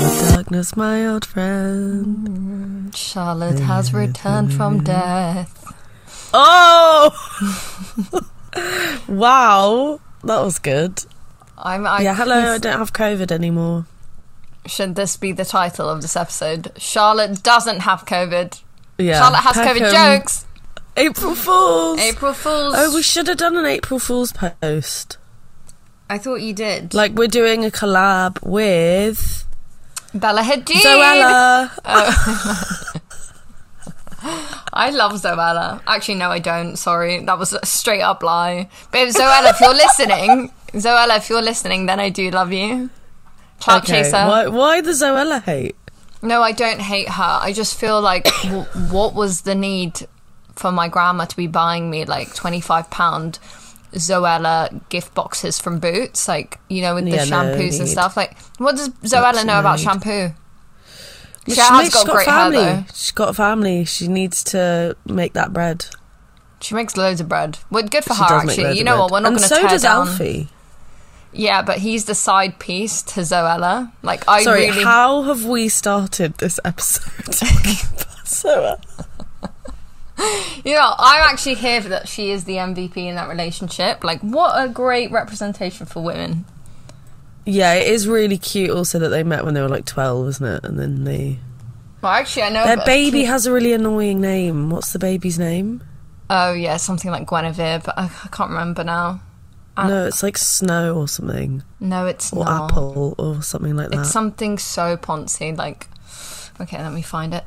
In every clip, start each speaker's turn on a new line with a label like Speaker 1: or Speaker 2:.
Speaker 1: darkness, my old friend.
Speaker 2: Charlotte has returned from death.
Speaker 1: Oh! wow. That was good.
Speaker 2: I'm. I,
Speaker 1: yeah, hello, I don't have COVID anymore.
Speaker 2: Should this be the title of this episode? Charlotte doesn't have COVID.
Speaker 1: Yeah.
Speaker 2: Charlotte has COVID
Speaker 1: Peckham.
Speaker 2: jokes.
Speaker 1: April Fools!
Speaker 2: April Fools.
Speaker 1: Oh, we should have done an April Fools post.
Speaker 2: I thought you did.
Speaker 1: Like, we're doing a collab with
Speaker 2: Bella Hadid.
Speaker 1: Zoella.
Speaker 2: I love Zoella. Actually, no, I don't. Sorry, that was a straight up lie. But if Zoella, if you're listening, Zoella, if you're listening, then I do love you. Clout chaser.
Speaker 1: Why, why the Zoella hate?
Speaker 2: No, I don't hate her. I just feel like w- what was the need for my grandma to be buying me like twenty five pound Zoella gift boxes from Boots, like you know with the
Speaker 1: Yeah, no
Speaker 2: shampoos
Speaker 1: need.
Speaker 2: and stuff. Like, what does Zoella
Speaker 1: Absolute
Speaker 2: know about
Speaker 1: need.
Speaker 2: shampoo? She
Speaker 1: She
Speaker 2: has
Speaker 1: makes-
Speaker 2: got great hair
Speaker 1: family.
Speaker 2: though.
Speaker 1: She's got a family. She needs to make that bread.
Speaker 2: She makes loads of bread. Well, good for
Speaker 1: She
Speaker 2: her
Speaker 1: does make
Speaker 2: actually.
Speaker 1: loads
Speaker 2: You
Speaker 1: of
Speaker 2: know
Speaker 1: bread.
Speaker 2: what? We're not
Speaker 1: And
Speaker 2: going to
Speaker 1: so
Speaker 2: tear
Speaker 1: does
Speaker 2: down.
Speaker 1: Alfie.
Speaker 2: Yeah, but he's the side piece to Zoella. Like I
Speaker 1: Sorry,
Speaker 2: really
Speaker 1: how have we started this episode? talking about Zoella?
Speaker 2: You know, I'm actually here for that she is the MVP in that relationship. Like what a great representation for women.
Speaker 1: yeah, it is really cute. Also, that they met when they were like twelve, isn't it? And then they
Speaker 2: Well, actually, I know
Speaker 1: their
Speaker 2: that-
Speaker 1: baby has a really annoying name. What's the baby's name?
Speaker 2: Oh yeah, something like Guinevere, but I, I can't remember now. Uh,
Speaker 1: no, it's like Snow or something,
Speaker 2: No, it's
Speaker 1: or
Speaker 2: not.
Speaker 1: Apple or something like that.
Speaker 2: It's something so poncy. Like, okay, let me find it.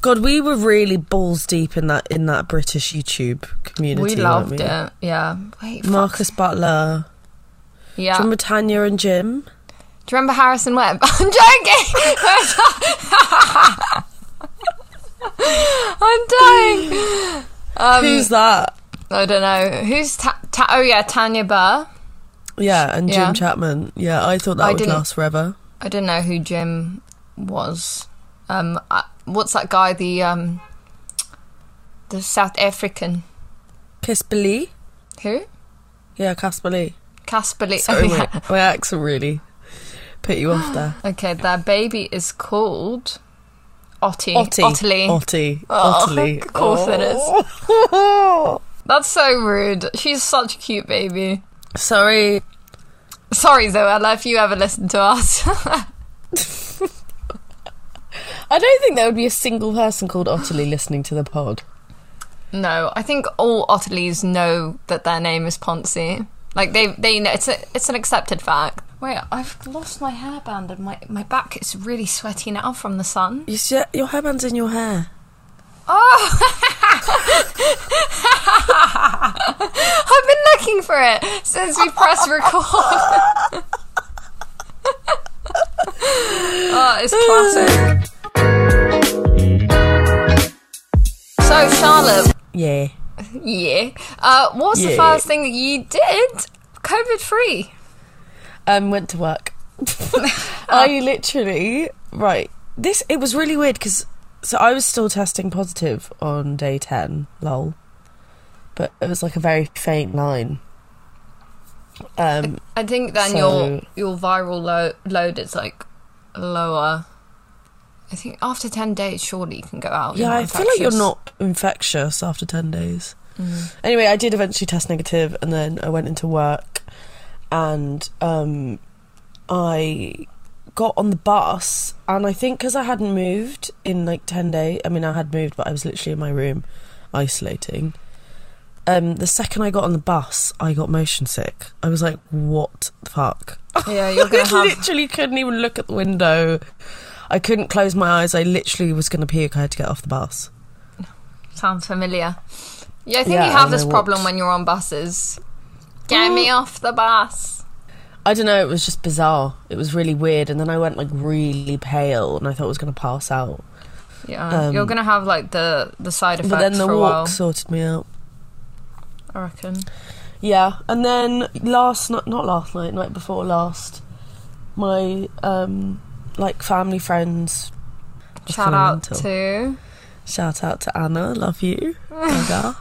Speaker 1: God, we were really balls deep in that in that British YouTube community.
Speaker 2: we loved
Speaker 1: weren't we?
Speaker 2: it. Yeah. Wait. fuck.
Speaker 1: Marcus Butler.
Speaker 2: Yeah.
Speaker 1: From Tanya and Jim.
Speaker 2: Do you remember Harrison Webb? I'm joking. I'm dying. Um,
Speaker 1: Who's that?
Speaker 2: I don't know who's. Ta- ta- oh yeah, Tanya Burr.
Speaker 1: Yeah, and Jim
Speaker 2: yeah.
Speaker 1: Chapman. Yeah, I thought that
Speaker 2: I
Speaker 1: would
Speaker 2: didn't-
Speaker 1: last forever.
Speaker 2: I don't know who Jim was. Um, I, what's that guy? The um, the South African.
Speaker 1: Casper Lee?
Speaker 2: Who?
Speaker 1: Yeah, Casper Lee.
Speaker 2: Casper Lee.
Speaker 1: Sorry,
Speaker 2: Oh, yeah.
Speaker 1: my, my accent really put you off there.
Speaker 2: Okay, their baby is called Otty.
Speaker 1: Otty.
Speaker 2: Ottilie.
Speaker 1: Otty.
Speaker 2: Oh,
Speaker 1: Ottilie.
Speaker 2: of course it is.
Speaker 1: Oh.
Speaker 2: That's so rude. She's such a cute baby.
Speaker 1: Sorry.
Speaker 2: Sorry, Zoella, if you ever listen to us.
Speaker 1: I don't think there would be a single person called Ottilie listening to the pod.
Speaker 2: no, I think all Ottilies know that their name is Ponzi. Like they, they know it's a, it's an accepted fact. Wait, I've lost my hairband and my my back is really sweaty now from the sun.
Speaker 1: You see, your hairband's in your hair.
Speaker 2: I've been looking for it since we pressed record. oh, Oh, it's classic. So, Charlotte,
Speaker 1: Yeah.
Speaker 2: yeah. Uh, what's the
Speaker 1: Yeah.
Speaker 2: first thing that you did COVID free?
Speaker 1: um, went to work. I literally right. This it was really weird because so I was still testing positive on day ten. Lol, but it was like a very faint line. Um,
Speaker 2: I think then
Speaker 1: So-
Speaker 2: your your viral lo- load is like lower. I think after 10 days, surely you can go out.
Speaker 1: yeah,
Speaker 2: you're
Speaker 1: I feel like you're
Speaker 2: infectious. Mm.
Speaker 1: not infectious after ten days. Anyway, I did eventually test negative, and then I went into work, and um, I got on the bus, and I think because I hadn't moved in like ten days. I mean, I had moved, but I was literally in my room, isolating. Um, the second I got on the bus, I got motion sick. I was like, "What the fuck?"
Speaker 2: Yeah, you're
Speaker 1: I
Speaker 2: going to have
Speaker 1: literally couldn't even look at the window. I couldn't close my eyes. I literally was going to puke. I had to get off the bus.
Speaker 2: Sounds familiar. Yeah, I think
Speaker 1: Yeah,
Speaker 2: you have
Speaker 1: and
Speaker 2: this
Speaker 1: I
Speaker 2: problem
Speaker 1: walked.
Speaker 2: when you're on buses. Get me off the bus.
Speaker 1: I don't know, it was just bizarre. It was really weird. And then I went like really pale and I thought I was going to pass out.
Speaker 2: Yeah, you're gonna have like the the side effects
Speaker 1: Um, But then the
Speaker 2: for a
Speaker 1: walk
Speaker 2: while.
Speaker 1: sorted me out.
Speaker 2: I reckon.
Speaker 1: Yeah. And then last night, not last night, night before last, my um like family friends. just
Speaker 2: Shout
Speaker 1: gone
Speaker 2: out
Speaker 1: mental.
Speaker 2: to
Speaker 1: Shout out to Anna, love you. Gaga.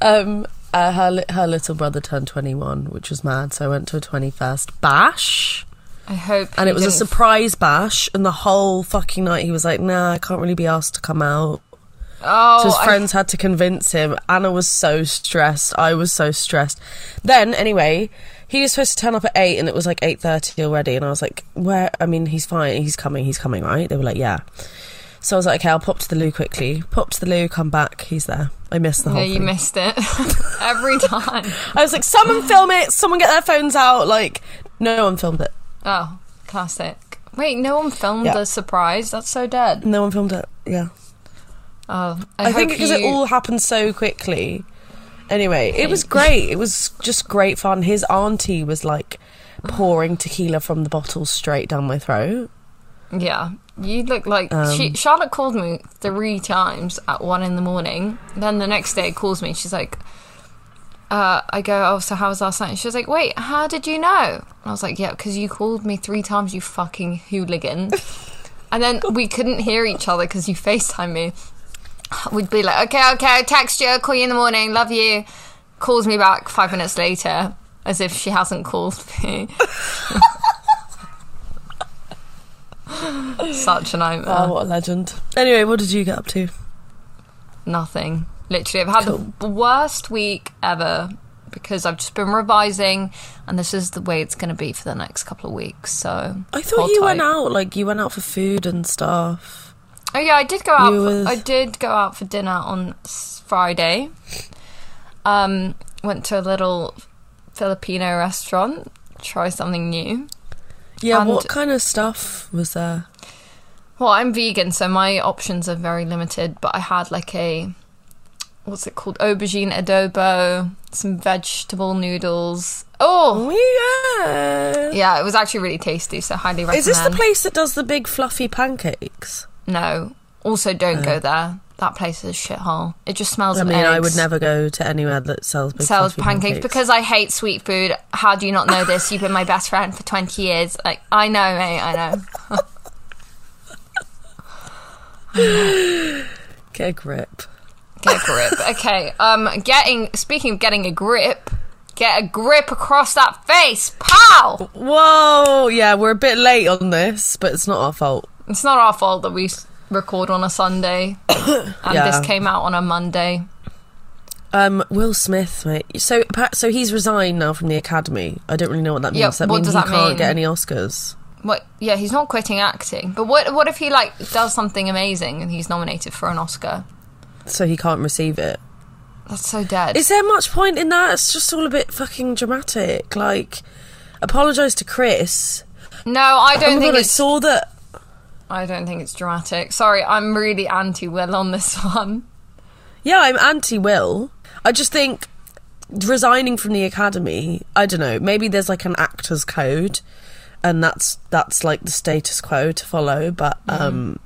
Speaker 1: um, uh, her li- her little brother turned twenty one, which was mad. So I went to a twenty first bash,
Speaker 2: I hope.
Speaker 1: and
Speaker 2: he
Speaker 1: it was a
Speaker 2: didn't-
Speaker 1: surprise bash, and the whole fucking night he was like, "Nah, I can't really be asked to come out."
Speaker 2: Oh,
Speaker 1: So his
Speaker 2: I-
Speaker 1: friends had to convince him. Anna was so stressed. I was so stressed. Then anyway, he was supposed to turn up at eight, and it was like eight thirty already. And I was like, "Where? I mean, he's fine. He's coming. He's coming, right?" They were like, "Yeah." So I was like, "Okay, I'll pop to the loo quickly. Pop to the loo, come back. He's there." I missed the whole
Speaker 2: no, you
Speaker 1: thing.
Speaker 2: missed it every time.
Speaker 1: I was like, "Someone film it. Someone get their phones out." Like, no one filmed it.
Speaker 2: Oh, classic. Wait, no one filmed
Speaker 1: Yeah.
Speaker 2: the surprise. That's so dead.
Speaker 1: No one filmed it. Yeah.
Speaker 2: Oh, I,
Speaker 1: I, think
Speaker 2: hope
Speaker 1: because
Speaker 2: you...
Speaker 1: it all happened so quickly. Anyway, it was great. It was just great fun. His auntie was like pouring tequila from the bottle straight down my throat.
Speaker 2: Yeah, you look like
Speaker 1: Um,
Speaker 2: she. Charlotte called me three times at one in the morning. Then the next day, calls me. She's like, uh, "I go, oh, so how was last night?" She was like, "Wait, how did you know?" And I was like, "Yeah, because you called me three times, you fucking hooligan." and then we couldn't hear each other because you Facetime me. We'd be like, "Okay, okay, text you, call you in the morning, love you." Calls me back five minutes later, as if she hasn't called me. Such a nightmare.
Speaker 1: Oh, what a legend. Anyway, what did you get up to?
Speaker 2: Nothing. Literally, I've had the worst week ever because I've just been revising, and this is the way it's going to be for the next couple of weeks. So
Speaker 1: I thought
Speaker 2: hold
Speaker 1: you
Speaker 2: tight.
Speaker 1: went out, like you went out for food and stuff.
Speaker 2: Oh yeah, I did go out.
Speaker 1: You
Speaker 2: For,
Speaker 1: was-
Speaker 2: I did go out for dinner on s- Friday. Um, went to a little Filipino restaurant. Try something new.
Speaker 1: Yeah,
Speaker 2: And-
Speaker 1: what kind of stuff was there?
Speaker 2: Well, I'm vegan, so my options are very limited, but I had like a what's it called? Aubergine adobo, some vegetable noodles. Oh,
Speaker 1: Oh yeah.
Speaker 2: yeah, it was actually really tasty, so highly recommend.
Speaker 1: Is this the place that does the big fluffy pancakes?
Speaker 2: No. Also, don't go there. That place is a shithole. It just smells
Speaker 1: Uh. I
Speaker 2: of
Speaker 1: mean,
Speaker 2: eggs.
Speaker 1: I would never go to anywhere that sells big
Speaker 2: sells
Speaker 1: fluffy
Speaker 2: pancakes, because I hate sweet food. How do you not know this? You've been my best friend for 20 years. Like, I know, mate, I know.
Speaker 1: get a grip.
Speaker 2: Get a grip. Okay, um, getting, speaking of getting a grip, get a grip across that face, pal!
Speaker 1: Whoa, yeah, we're a bit late on this, but it's not our fault.
Speaker 2: It's not our fault that we s- record on a Sunday and
Speaker 1: Yeah.
Speaker 2: this came out on a Monday.
Speaker 1: Um, Will Smith, mate. So, appa- so he's resigned now from the Academy. I don't really know what that means.
Speaker 2: Yeah,
Speaker 1: that
Speaker 2: what
Speaker 1: means
Speaker 2: does
Speaker 1: he
Speaker 2: that
Speaker 1: can't
Speaker 2: mean?
Speaker 1: get any Oscars.
Speaker 2: What? Yeah, he's not quitting acting. But what? What if he like does something amazing and he's nominated for an Oscar?
Speaker 1: So he can't receive it.
Speaker 2: That's so dead.
Speaker 1: Is there much point in that? It's just all a bit fucking dramatic. Like, apologise to Chris.
Speaker 2: no, I
Speaker 1: Oh
Speaker 2: don't
Speaker 1: my
Speaker 2: think
Speaker 1: God, I
Speaker 2: it's.
Speaker 1: saw that.
Speaker 2: I don't think it's dramatic. Sorry, I'm really anti Will on this one.
Speaker 1: Yeah, I'm anti Will. I just think resigning from the academy. I don't know. Maybe there's like an actors code, and that's that's like the status quo to follow. But um,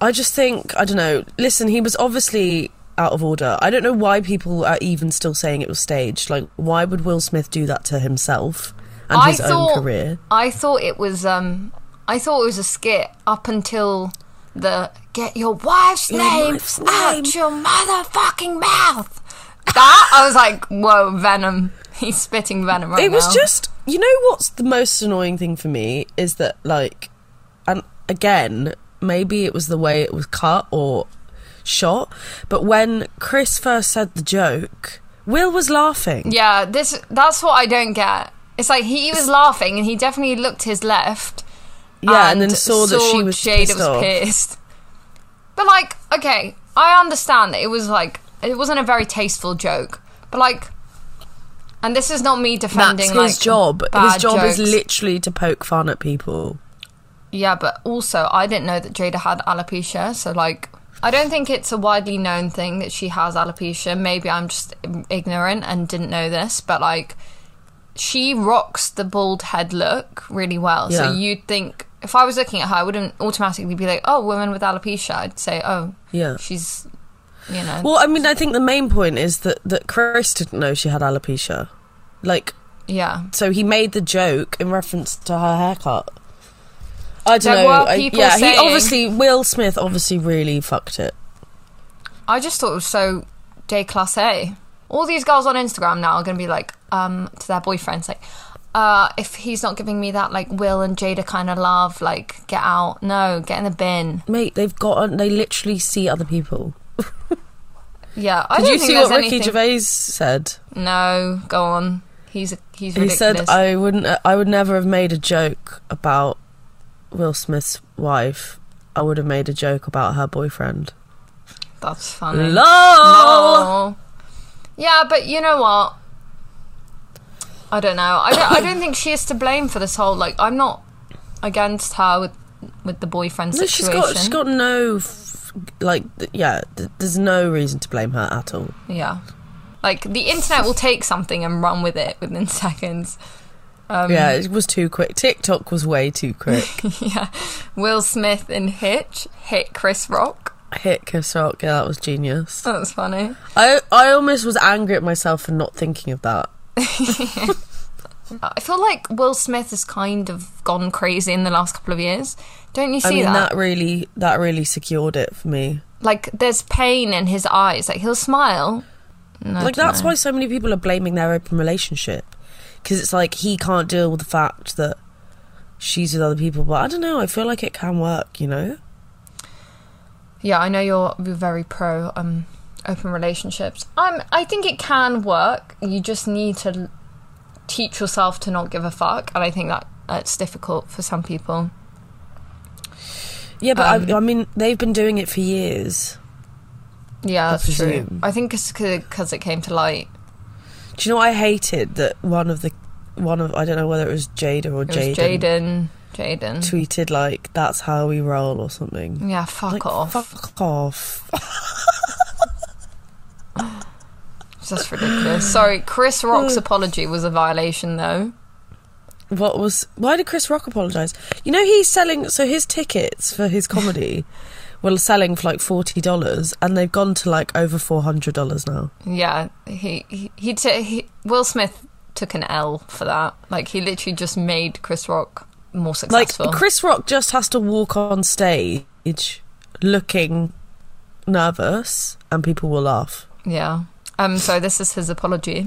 Speaker 1: I just think I don't know. Listen, he was obviously out of order. I don't know why people are even still saying it was staged. Like, why would Will Smith do that to himself and
Speaker 2: I
Speaker 1: his
Speaker 2: thought.
Speaker 1: own career?
Speaker 2: I thought it was. Um, I thought it was a skit up until the get your wife's name
Speaker 1: wife's name.
Speaker 2: out your motherfucking mouth. That I was like, whoa, venom. He's spitting venom right
Speaker 1: It was
Speaker 2: now.
Speaker 1: just, you know, what's the most annoying thing for me is that, like, and again, maybe it was the way it was cut or shot, but when Chris first said the joke, Will was laughing.
Speaker 2: Yeah, this that's what I don't get. It's like he was laughing and he definitely looked to his left.
Speaker 1: Yeah, and then saw that she was
Speaker 2: Jada
Speaker 1: pissed
Speaker 2: was
Speaker 1: off.
Speaker 2: pissed. But like, okay, I understand that it was like it wasn't a very tasteful joke, but like, and this is not me defending.
Speaker 1: That's his
Speaker 2: like,
Speaker 1: job. His
Speaker 2: bad
Speaker 1: job is
Speaker 2: jokes.
Speaker 1: literally to poke fun at people.
Speaker 2: Yeah, but also I didn't know that Jada had alopecia, so like I don't think it's a widely known thing that she has alopecia. Maybe I'm just ignorant and didn't know this, but like she rocks the bald head look really well.
Speaker 1: Yeah.
Speaker 2: So you'd think if I was looking at her, I wouldn't automatically be like, "Oh, woman with alopecia." I'd say, "Oh,
Speaker 1: Yeah.
Speaker 2: she's you know."
Speaker 1: Well, I mean, I think the main point is that, that Chris didn't know she had alopecia. Like,
Speaker 2: yeah.
Speaker 1: so he made the joke in reference to her haircut. I don't
Speaker 2: There
Speaker 1: know.
Speaker 2: were
Speaker 1: I-
Speaker 2: people
Speaker 1: yeah,
Speaker 2: saying-
Speaker 1: he obviously Will Smith obviously really fucked it.
Speaker 2: I just thought it was so déclassé. All these girls on Instagram now are going to be like um, to their boyfriends, like, uh, if he's not giving me that like Will and Jada kind of love, like get out, no, get in the bin.
Speaker 1: Mate, they've got. They literally see other people.
Speaker 2: Yeah, I
Speaker 1: Did
Speaker 2: don't
Speaker 1: you
Speaker 2: think
Speaker 1: see
Speaker 2: there's
Speaker 1: what Ricky
Speaker 2: anything-
Speaker 1: Gervais said?
Speaker 2: No, go on. He's he's
Speaker 1: He
Speaker 2: ridiculous.
Speaker 1: said, "I wouldn't. I would never have made a joke about Will Smith's wife. I would have made a joke about her boyfriend."
Speaker 2: That's funny.
Speaker 1: Lol.
Speaker 2: No. Yeah, but you know what? I don't know. I don't, I don't think she is to blame for this whole like. I'm not against her with with the boyfriend
Speaker 1: No, she's
Speaker 2: situation.
Speaker 1: got. She's got no. F- like, th- yeah. Th- there's no reason to blame her at all.
Speaker 2: Yeah, like the internet will take something and run with it within seconds. Um,
Speaker 1: yeah, it was too quick. TikTok was way too quick.
Speaker 2: yeah. Will Smith and Hitch hit Chris Rock.
Speaker 1: Hit Kiss Rock. Yeah, that was genius.
Speaker 2: That's funny.
Speaker 1: I I almost was angry at myself for not thinking of that.
Speaker 2: I feel like Will Smith has kind of gone crazy in the last couple of years. Don't you see
Speaker 1: I mean,
Speaker 2: that?
Speaker 1: that really that really secured it for me.
Speaker 2: like there's pain in his eyes. Like he'll smile. And I
Speaker 1: like
Speaker 2: don't
Speaker 1: that's
Speaker 2: know.
Speaker 1: why so many people are blaming their open relationship because it's like he can't deal with the fact that she's with other people. But I don't know. I feel like it can work. You know.
Speaker 2: Yeah, I know you're you're very pro um open relationships. I'm. I think it can work. You just need to l- teach yourself to not give a fuck, and I think that that's difficult for some people.
Speaker 1: Yeah, but I, I mean, they've been doing it for years.
Speaker 2: Yeah,
Speaker 1: I
Speaker 2: that's true.
Speaker 1: presume.
Speaker 2: I think it's because it came to light.
Speaker 1: Do you know? I hated that one of the one of I don't know whether it was Jada or
Speaker 2: It was
Speaker 1: Jaden
Speaker 2: Jaden. Jaden.
Speaker 1: Mm-hmm. tweeted like that's how we roll or something.
Speaker 2: Yeah, fuck
Speaker 1: Like,
Speaker 2: off.
Speaker 1: Fuck off.
Speaker 2: That's ridiculous. Sorry, Chris Rock's apology was a violation, though.
Speaker 1: What was? Why did Chris Rock apologize? You know he's selling. So his tickets for his comedy were selling for like forty dollars, and they've gone to like over four hundred dollars now.
Speaker 2: Yeah, he he, he, t- he Will Smith took an L for that. Like he literally just made Chris Rock more
Speaker 1: Like
Speaker 2: successful.
Speaker 1: Chris Rock just has to walk on stage looking nervous, and people will laugh.
Speaker 2: yeah. Um. So this is his apology.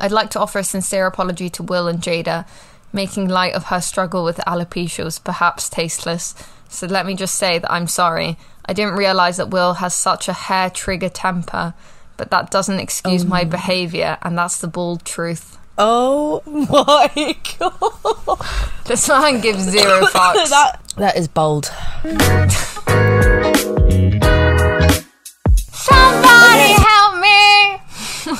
Speaker 2: I'd like to offer a sincere apology to Will and Jada, making light of her struggle with alopecia was perhaps tasteless. So let me just say that I'm sorry. I didn't realize that Will has such a hair trigger temper, but that doesn't excuse my behavior, and that's the bald truth.
Speaker 1: Oh my god!
Speaker 2: This man gives zero fucks.
Speaker 1: that that is bold.
Speaker 2: Somebody help me!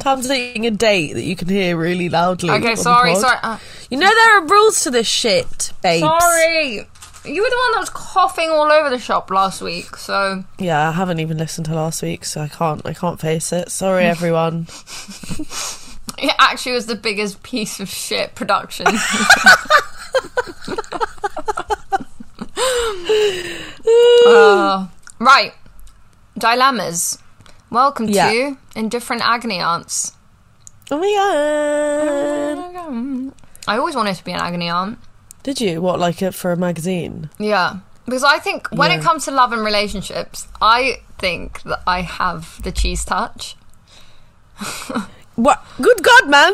Speaker 1: Translating a date that you can hear really loudly.
Speaker 2: Okay,
Speaker 1: on the
Speaker 2: sorry,
Speaker 1: pod.
Speaker 2: sorry. Uh,
Speaker 1: You know there are rules to this shit, babes.
Speaker 2: sorry. You were the one that was coughing all over the shop last week, so
Speaker 1: Yeah, I haven't even listened to last week, so I can't. I can't face it. Sorry, everyone.
Speaker 2: it actually was the biggest piece of shit production. Uh, right. Dilemmas. Welcome
Speaker 1: Yeah.
Speaker 2: to Indifferent Agony Aunts.
Speaker 1: oh my god!
Speaker 2: I always wanted to be an agony aunt.
Speaker 1: Did you what like it for a magazine?
Speaker 2: Yeah. Because I think when it
Speaker 1: Yeah.
Speaker 2: comes to love and relationships, I think that I have the cheese touch.
Speaker 1: What? Good God, man!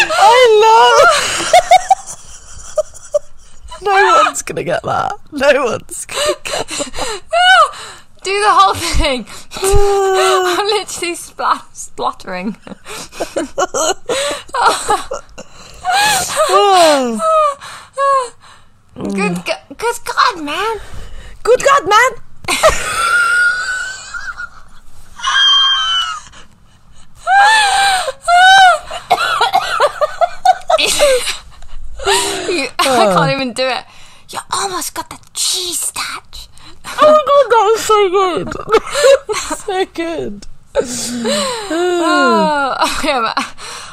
Speaker 1: I love. Oh, no one's gonna get that. No one's. Gonna...
Speaker 2: Do the whole thing. I'm literally splat- spluttering. Good, g- good God, man.
Speaker 1: Good God, man!
Speaker 2: You- I can't even do it. You almost got the cheese touch.
Speaker 1: Oh my god, that was so good. so good.
Speaker 2: Oh, okay, I'm-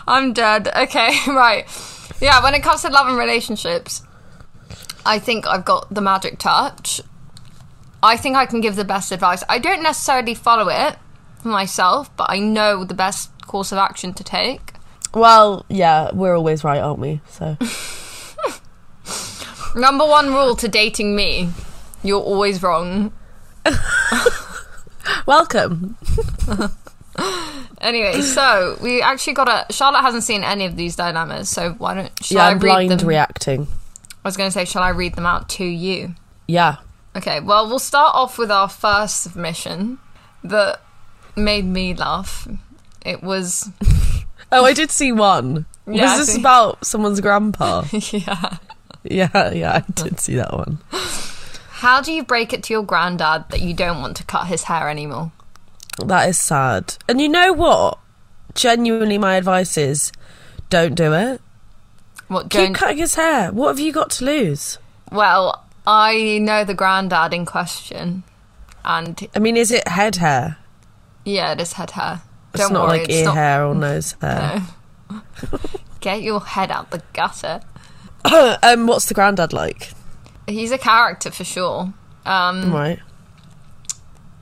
Speaker 2: I'm dead. Okay, right. Yeah, when it comes to love and relationships, I think I've got the magic touch. I think I can give the best advice. I don't necessarily follow it for myself, but I know the best course of action to take.
Speaker 1: Well, yeah, we're always right, aren't we? So
Speaker 2: Number one rule to dating me You're always wrong.
Speaker 1: Welcome.
Speaker 2: Anyway, so we actually got a. Charlotte hasn't seen any of these dilemmas, so why don't shall
Speaker 1: yeah,
Speaker 2: I
Speaker 1: I'm
Speaker 2: read
Speaker 1: blind
Speaker 2: them?
Speaker 1: reacting.
Speaker 2: I was going to say, shall I read them out to you?
Speaker 1: Yeah.
Speaker 2: Okay, well, we'll start off with our first submission that made me laugh. It was
Speaker 1: Oh, I did see one.
Speaker 2: Yeah, I
Speaker 1: Was this
Speaker 2: see.
Speaker 1: about someone's grandpa?
Speaker 2: yeah.
Speaker 1: yeah, yeah, I did see that one.
Speaker 2: How do you break it to your granddad that you don't want to cut his hair anymore?
Speaker 1: That is sad. And you know what? Genuinely, my advice is don't do it.
Speaker 2: What
Speaker 1: Keep
Speaker 2: don't?
Speaker 1: cutting his hair. What have you got to lose?
Speaker 2: well, I know the granddad in question, and
Speaker 1: I mean, is it head hair?
Speaker 2: yeah, it is head hair.
Speaker 1: It's
Speaker 2: don't
Speaker 1: not
Speaker 2: worry,
Speaker 1: like
Speaker 2: it's
Speaker 1: ear
Speaker 2: not-
Speaker 1: hair or nose hair.
Speaker 2: No. Get your head out the gutter.
Speaker 1: um, what's the granddad like?
Speaker 2: He's a character for sure. Um,
Speaker 1: Right.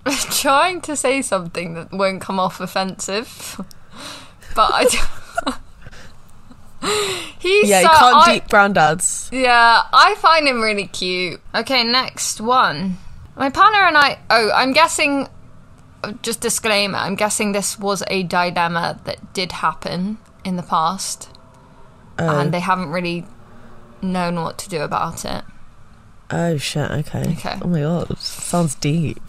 Speaker 2: trying to say something that won't come off offensive, but I. d- He's
Speaker 1: Yeah, you
Speaker 2: so-
Speaker 1: can't
Speaker 2: I-
Speaker 1: deep granddads.
Speaker 2: Yeah, I find him really cute. Okay, next one. My partner and I. Oh, I'm guessing. uh, Just disclaimer. I'm guessing this was a dilemma that did happen in the past,
Speaker 1: Uh-huh. Oh,
Speaker 2: and they haven't really known what to do about it.
Speaker 1: Oh shit. Okay.
Speaker 2: Okay.
Speaker 1: Oh my god. Sounds deep.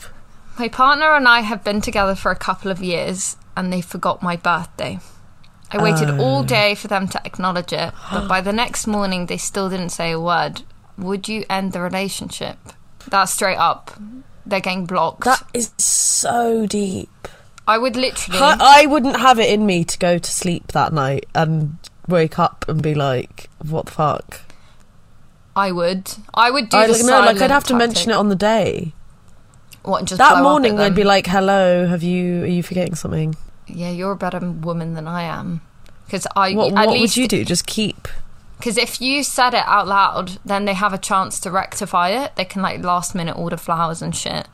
Speaker 2: My partner and I have been together for a couple of years and they forgot my birthday. I waited all
Speaker 1: Oh.
Speaker 2: day for them to acknowledge it, but by the next morning they still didn't say a word. Would you end the relationship? That's straight up. They're getting blocked.
Speaker 1: That is so deep.
Speaker 2: I would literally.
Speaker 1: I, I wouldn't have it in me to go to sleep that night and wake up and be like, "What the fuck?"
Speaker 2: I would. I would do
Speaker 1: I
Speaker 2: the
Speaker 1: like, no, like I'd have to mention it on the day. That morning,
Speaker 2: I'd
Speaker 1: I'd be like, "Hello, have you? Are you forgetting something?
Speaker 2: "Yeah, you're a better woman than I am." Because I
Speaker 1: What?
Speaker 2: at
Speaker 1: what would
Speaker 2: least
Speaker 1: you do? Just keep."
Speaker 2: Because if you said it out loud, then they have a chance to rectify it. They can like last minute order flowers and shit.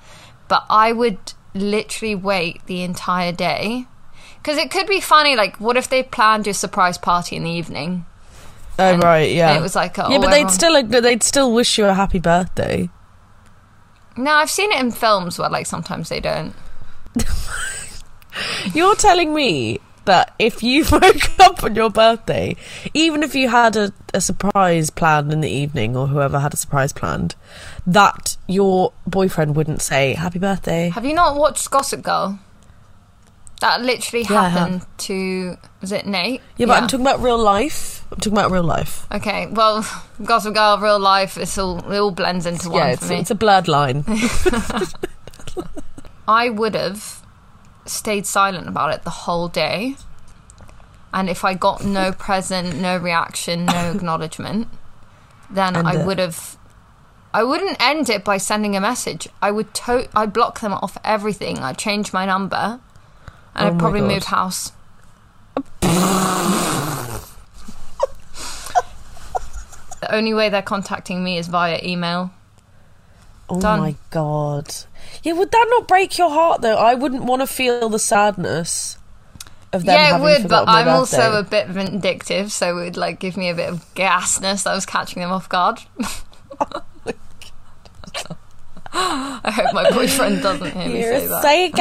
Speaker 2: But I would literally wait the entire day. Because it could be funny. Like, what if they planned your surprise party in the evening?
Speaker 1: Oh
Speaker 2: And
Speaker 1: right, yeah.
Speaker 2: it was like, oh,
Speaker 1: yeah, but they'd
Speaker 2: everyone-
Speaker 1: still like, they'd still wish you a happy birthday.
Speaker 2: No, I've seen it in films where like sometimes they don't.
Speaker 1: You're telling me that if you woke up on your birthday, even if you had a, a surprise planned in the evening or whoever had a surprise planned, that your boyfriend wouldn't say happy birthday.
Speaker 2: Have you not watched Gossip Girl? That literally
Speaker 1: Yeah, I have.
Speaker 2: happened to was it Nate?
Speaker 1: Yeah, but I'm talking about real life. I'm talking about real life.
Speaker 2: Okay, well, Gossip Girl, real life, it's all it all blends into one
Speaker 1: yeah,
Speaker 2: for
Speaker 1: it's,
Speaker 2: me.
Speaker 1: it's a blurred line.
Speaker 2: I would have stayed silent about it the whole day. And if I got no present, no reaction, no acknowledgement, then
Speaker 1: End
Speaker 2: I
Speaker 1: it.
Speaker 2: would have. I wouldn't end it by sending a message. I would to- I block them off everything. I would change my number, and
Speaker 1: Oh
Speaker 2: I'd
Speaker 1: my
Speaker 2: probably
Speaker 1: God.
Speaker 2: move house. the only way they're contacting me is via email.
Speaker 1: Oh
Speaker 2: Done.
Speaker 1: my god. Yeah, would that not break your heart though? I wouldn't want to feel the sadness of them
Speaker 2: yeah, it
Speaker 1: having
Speaker 2: would, but
Speaker 1: forgotten my
Speaker 2: I'm also
Speaker 1: birthday.
Speaker 2: a bit vindictive, so it would like give me a bit of gasness that I was catching them off guard.
Speaker 1: Oh
Speaker 2: I hope my boyfriend doesn't hear me
Speaker 1: You're
Speaker 2: say
Speaker 1: a
Speaker 2: that.
Speaker 1: psycho.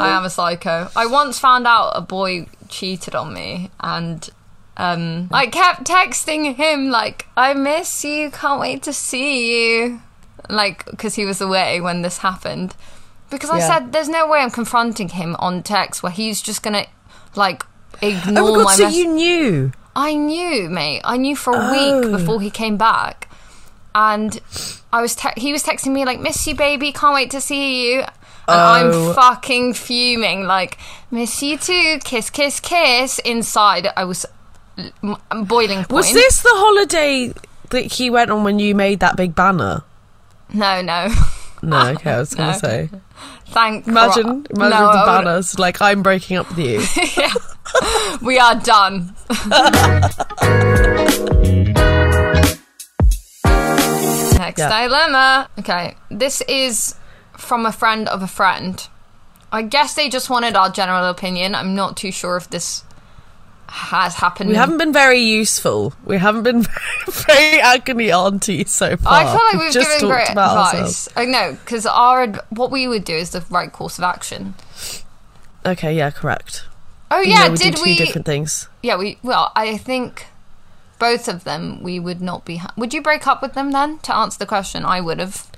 Speaker 2: I am a psycho. I once found out a boy cheated on me and um, I kept texting him like, "I miss you, can't wait to see you," like because he was away when this happened. Because I
Speaker 1: Yeah.
Speaker 2: said, "There's no way I'm confronting him on text where he's just gonna like ignore
Speaker 1: Oh my god,
Speaker 2: my
Speaker 1: so
Speaker 2: message."
Speaker 1: you knew.
Speaker 2: I knew, mate. I knew for a
Speaker 1: Oh.
Speaker 2: week before he came back, and I was te- he was texting me like, "Miss you, baby. Can't wait to see you." And
Speaker 1: Oh.
Speaker 2: I'm fucking fuming. Like, miss you too. Kiss, kiss, kiss. Inside, I was m- I'm boiling. Point.
Speaker 1: Was this the holiday that he went on when you made that big banner?
Speaker 2: No, no.
Speaker 1: No, okay, I was going
Speaker 2: Ah,
Speaker 1: to
Speaker 2: No.
Speaker 1: say.
Speaker 2: Thank.
Speaker 1: Imagine,
Speaker 2: Christ.
Speaker 1: imagine
Speaker 2: No,
Speaker 1: the
Speaker 2: I would-
Speaker 1: banners like I'm breaking up with you.
Speaker 2: We are done. Next
Speaker 1: Yeah.
Speaker 2: dilemma. Okay, this is from a friend of a friend. I guess they just wanted our general opinion. I'm not too sure if this has happened.
Speaker 1: We haven't been very useful. We haven't been very agony auntie so far.
Speaker 2: I feel like we've
Speaker 1: just
Speaker 2: given
Speaker 1: talked
Speaker 2: great
Speaker 1: about
Speaker 2: advice.
Speaker 1: ourselves.
Speaker 2: I know because our ad- what we would do is the right course of action.
Speaker 1: Okay, yeah, correct.
Speaker 2: Oh
Speaker 1: Even
Speaker 2: yeah,
Speaker 1: though we
Speaker 2: did
Speaker 1: do two
Speaker 2: we?
Speaker 1: different things?
Speaker 2: Yeah, we. Well, I think both of them we would not be. Ha- would you break up with them then? To answer the question, I would have.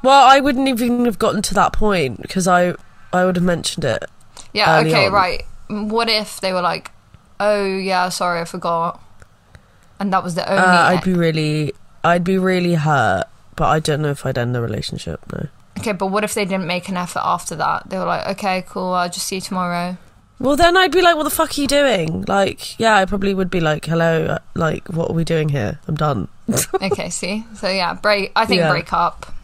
Speaker 1: Well, I wouldn't even have gotten to that point because I I would have mentioned it.
Speaker 2: Yeah.
Speaker 1: Early
Speaker 2: okay.
Speaker 1: on.
Speaker 2: Right. What if they were like, "Oh yeah, sorry, I forgot," and that was the only.
Speaker 1: Uh, I'd
Speaker 2: e-
Speaker 1: be really I'd be really hurt, but I don't know if I'd end the relationship. No.
Speaker 2: okay, but what if they didn't make an effort after that? They were like, "Okay, cool. I'll just see you tomorrow."
Speaker 1: Well, then I'd be like, "What the fuck are you doing?" Like, yeah, I probably would be like, "Hello, uh, like, what are we doing here? I'm done."
Speaker 2: okay. See. So yeah, break. I think
Speaker 1: Yeah.
Speaker 2: break up.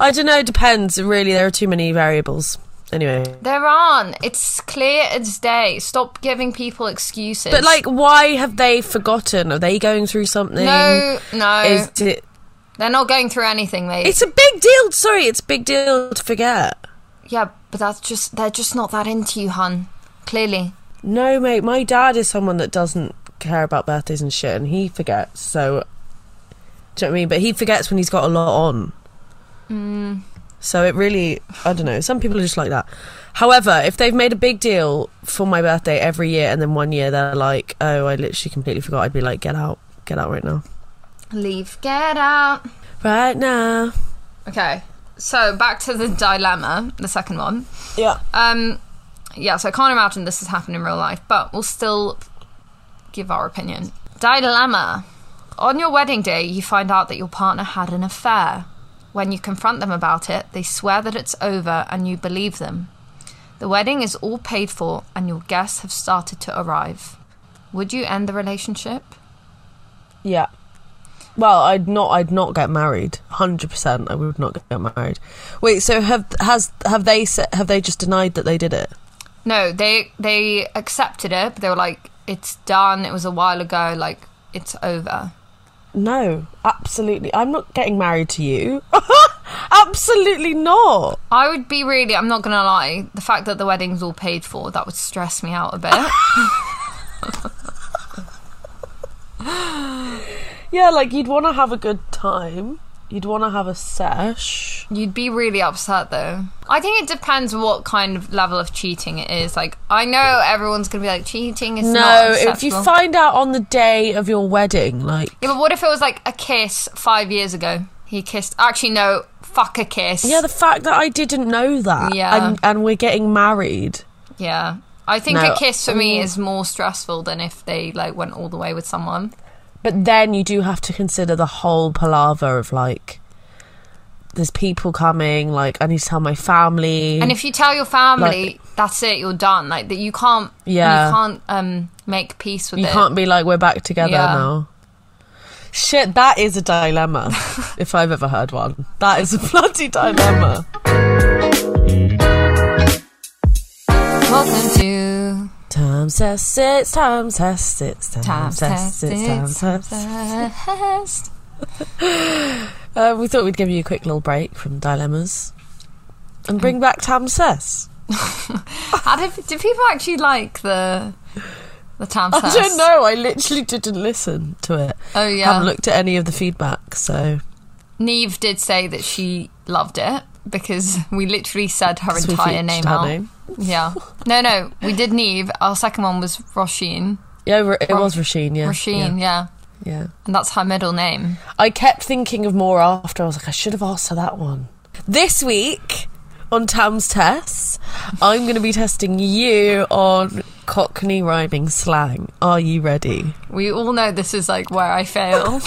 Speaker 1: I don't know. It depends. Really, there are too many variables. Anyway,
Speaker 2: There aren't. It's clear as day. Stop giving people excuses.
Speaker 1: but like, why have they forgotten? Are they going through something?
Speaker 2: no, no,
Speaker 1: Is it?
Speaker 2: they're not going through anything, mate.
Speaker 1: It's a big deal. Sorry, it's a big deal to forget.
Speaker 2: yeah, but that's just they're just not that into you, hun. Clearly,
Speaker 1: No, mate. My dad is someone that doesn't care about birthdays and shit, and he forgets. So, do you know what I mean? But he forgets when he's got a lot on. So it really, I don't know. Some people are just like that. However, if they've made a big deal for my birthday every year, and then one year they're like, "Oh, I literally completely forgot," I'd be like, "Get out, get out right now,
Speaker 2: leave. Get out.
Speaker 1: right now."
Speaker 2: Okay. So back to the dilemma, the second one.
Speaker 1: Yeah.
Speaker 2: Um, yeah. So I can't imagine this has happened in real life, but we'll still give our opinion. Dilemma. On your wedding day, you find out that your partner had an affair. When you confront them about it, they swear that it's over and you believe them. The wedding is all paid for and your guests have started to arrive. Would you end the relationship?
Speaker 1: Yeah. Well, I'd not. I'd not get married. Hundred percent. I would not get married. Wait. So have has have they se- have they just denied that they did it?
Speaker 2: No, they they accepted it, but they were like, "It's done. It was a while ago. Like, it's over."
Speaker 1: No. Absolutely. I'm not getting married to you. absolutely not.
Speaker 2: I would be really. I'm not gonna lie. The fact that the wedding's all paid for that would stress me out a bit.
Speaker 1: Yeah. Like you'd want to have a good time. You'd want to have a sesh.
Speaker 2: You'd be really upset though. I think it depends what kind of level of cheating it is. Like, I know everyone's gonna be like, "Cheating is not
Speaker 1: no. If you
Speaker 2: acceptable."
Speaker 1: find out on the day of your wedding, like
Speaker 2: yeah, but what if it was like a kiss five years ago? He kissed. Actually, no. Fuck a kiss.
Speaker 1: yeah, the fact that I didn't know that,
Speaker 2: Yeah.
Speaker 1: and and we're getting married.
Speaker 2: Yeah. I think
Speaker 1: No.
Speaker 2: a kiss for me is more stressful than if they like went all the way with someone.
Speaker 1: But then you do have to consider the whole palaver of like, there's people coming. Like, I need to tell my family.
Speaker 2: And if you tell your family, that's it, you're done. Like that, you can't.
Speaker 1: Yeah.
Speaker 2: You can't um make peace with
Speaker 1: you
Speaker 2: it.
Speaker 1: can't be like, we're back together
Speaker 2: Yeah.
Speaker 1: now. Shit, that is a dilemma. if I've ever heard one, that is a bloody dilemma.
Speaker 2: Welcome to
Speaker 1: Time says six, time says six, time
Speaker 2: time
Speaker 1: says
Speaker 2: test.
Speaker 1: six, time says six.
Speaker 2: test.
Speaker 1: Uh, we thought we'd give you a quick little break from dilemmas and
Speaker 2: Mm.
Speaker 1: bring back Tam Sess.
Speaker 2: How did, did people actually like the the time
Speaker 1: I
Speaker 2: test?
Speaker 1: don't know. I literally didn't listen to it.
Speaker 2: Oh yeah,
Speaker 1: Haven't looked at any of the feedback, so
Speaker 2: Neve did say that she loved it because we literally said her
Speaker 1: So we
Speaker 2: entire
Speaker 1: featured
Speaker 2: name
Speaker 1: her
Speaker 2: out. Yeah. No, no, we did Neve. Our second one was Roisin.
Speaker 1: Yeah, Ra- it
Speaker 2: Ra-
Speaker 1: was Rasheen. Yeah,
Speaker 2: Roisin, yeah.
Speaker 1: Yeah, yeah.
Speaker 2: and that's her middle name.
Speaker 1: I kept thinking of more after. I was like, I should have asked her that one. This week on Tam's tests, I'm going to be testing you on Cockney rhyming slang. Are you ready?
Speaker 2: We all know this is like where I fail.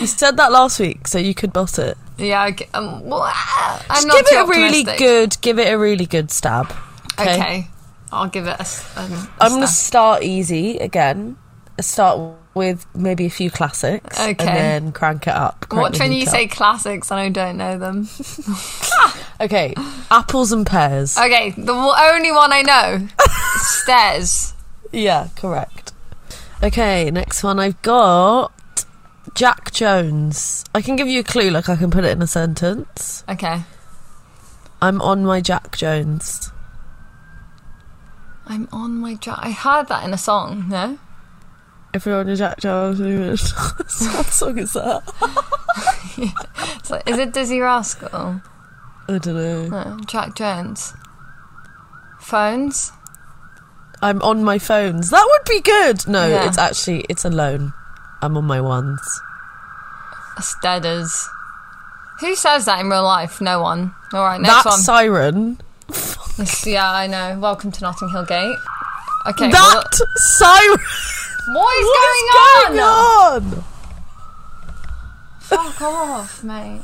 Speaker 1: You said that last week, so you could bot it.
Speaker 2: Yeah, I g- um, well, ah, I'm
Speaker 1: Just
Speaker 2: not
Speaker 1: give
Speaker 2: too
Speaker 1: it a really
Speaker 2: optimistic.
Speaker 1: good. Give it a really good stab.
Speaker 2: Okay. I'll give it a. s- um, a
Speaker 1: I'm going to
Speaker 2: stab.
Speaker 1: start easy again. Start with maybe a few classics, and
Speaker 2: Okay.
Speaker 1: then crank it up. crank
Speaker 2: Watch
Speaker 1: the
Speaker 2: when
Speaker 1: heat
Speaker 2: you
Speaker 1: up.
Speaker 2: say classics and I don't know them.
Speaker 1: okay? Apples and pears.
Speaker 2: Okay, the w- only one I know. Stairs.
Speaker 1: Yeah, correct. Okay, next one I've got Jack Jones. I can give you a clue, like I can put it in a sentence.
Speaker 2: Okay.
Speaker 1: I'm on my Jack Jones.
Speaker 2: I'm on my jack. I heard that in a song. No,
Speaker 1: If you're on your Jack Charles, what song is that?
Speaker 2: it's like, is it Dizzy Rascal?
Speaker 1: I don't know.
Speaker 2: No, Jack Jones. Phones.
Speaker 1: I'm on my phones. That would be good. No,
Speaker 2: Yeah.
Speaker 1: it's actually it's alone. I'm on my ones.
Speaker 2: Us deaders. Who says that in real life? No one. All right, next
Speaker 1: that
Speaker 2: one.
Speaker 1: siren.
Speaker 2: Yes, yeah, I know. Welcome to Notting Hill Gate. Okay. well,
Speaker 1: that siren.
Speaker 2: what is
Speaker 1: What is
Speaker 2: going
Speaker 1: going
Speaker 2: on?
Speaker 1: on?
Speaker 2: Fuck off, mate.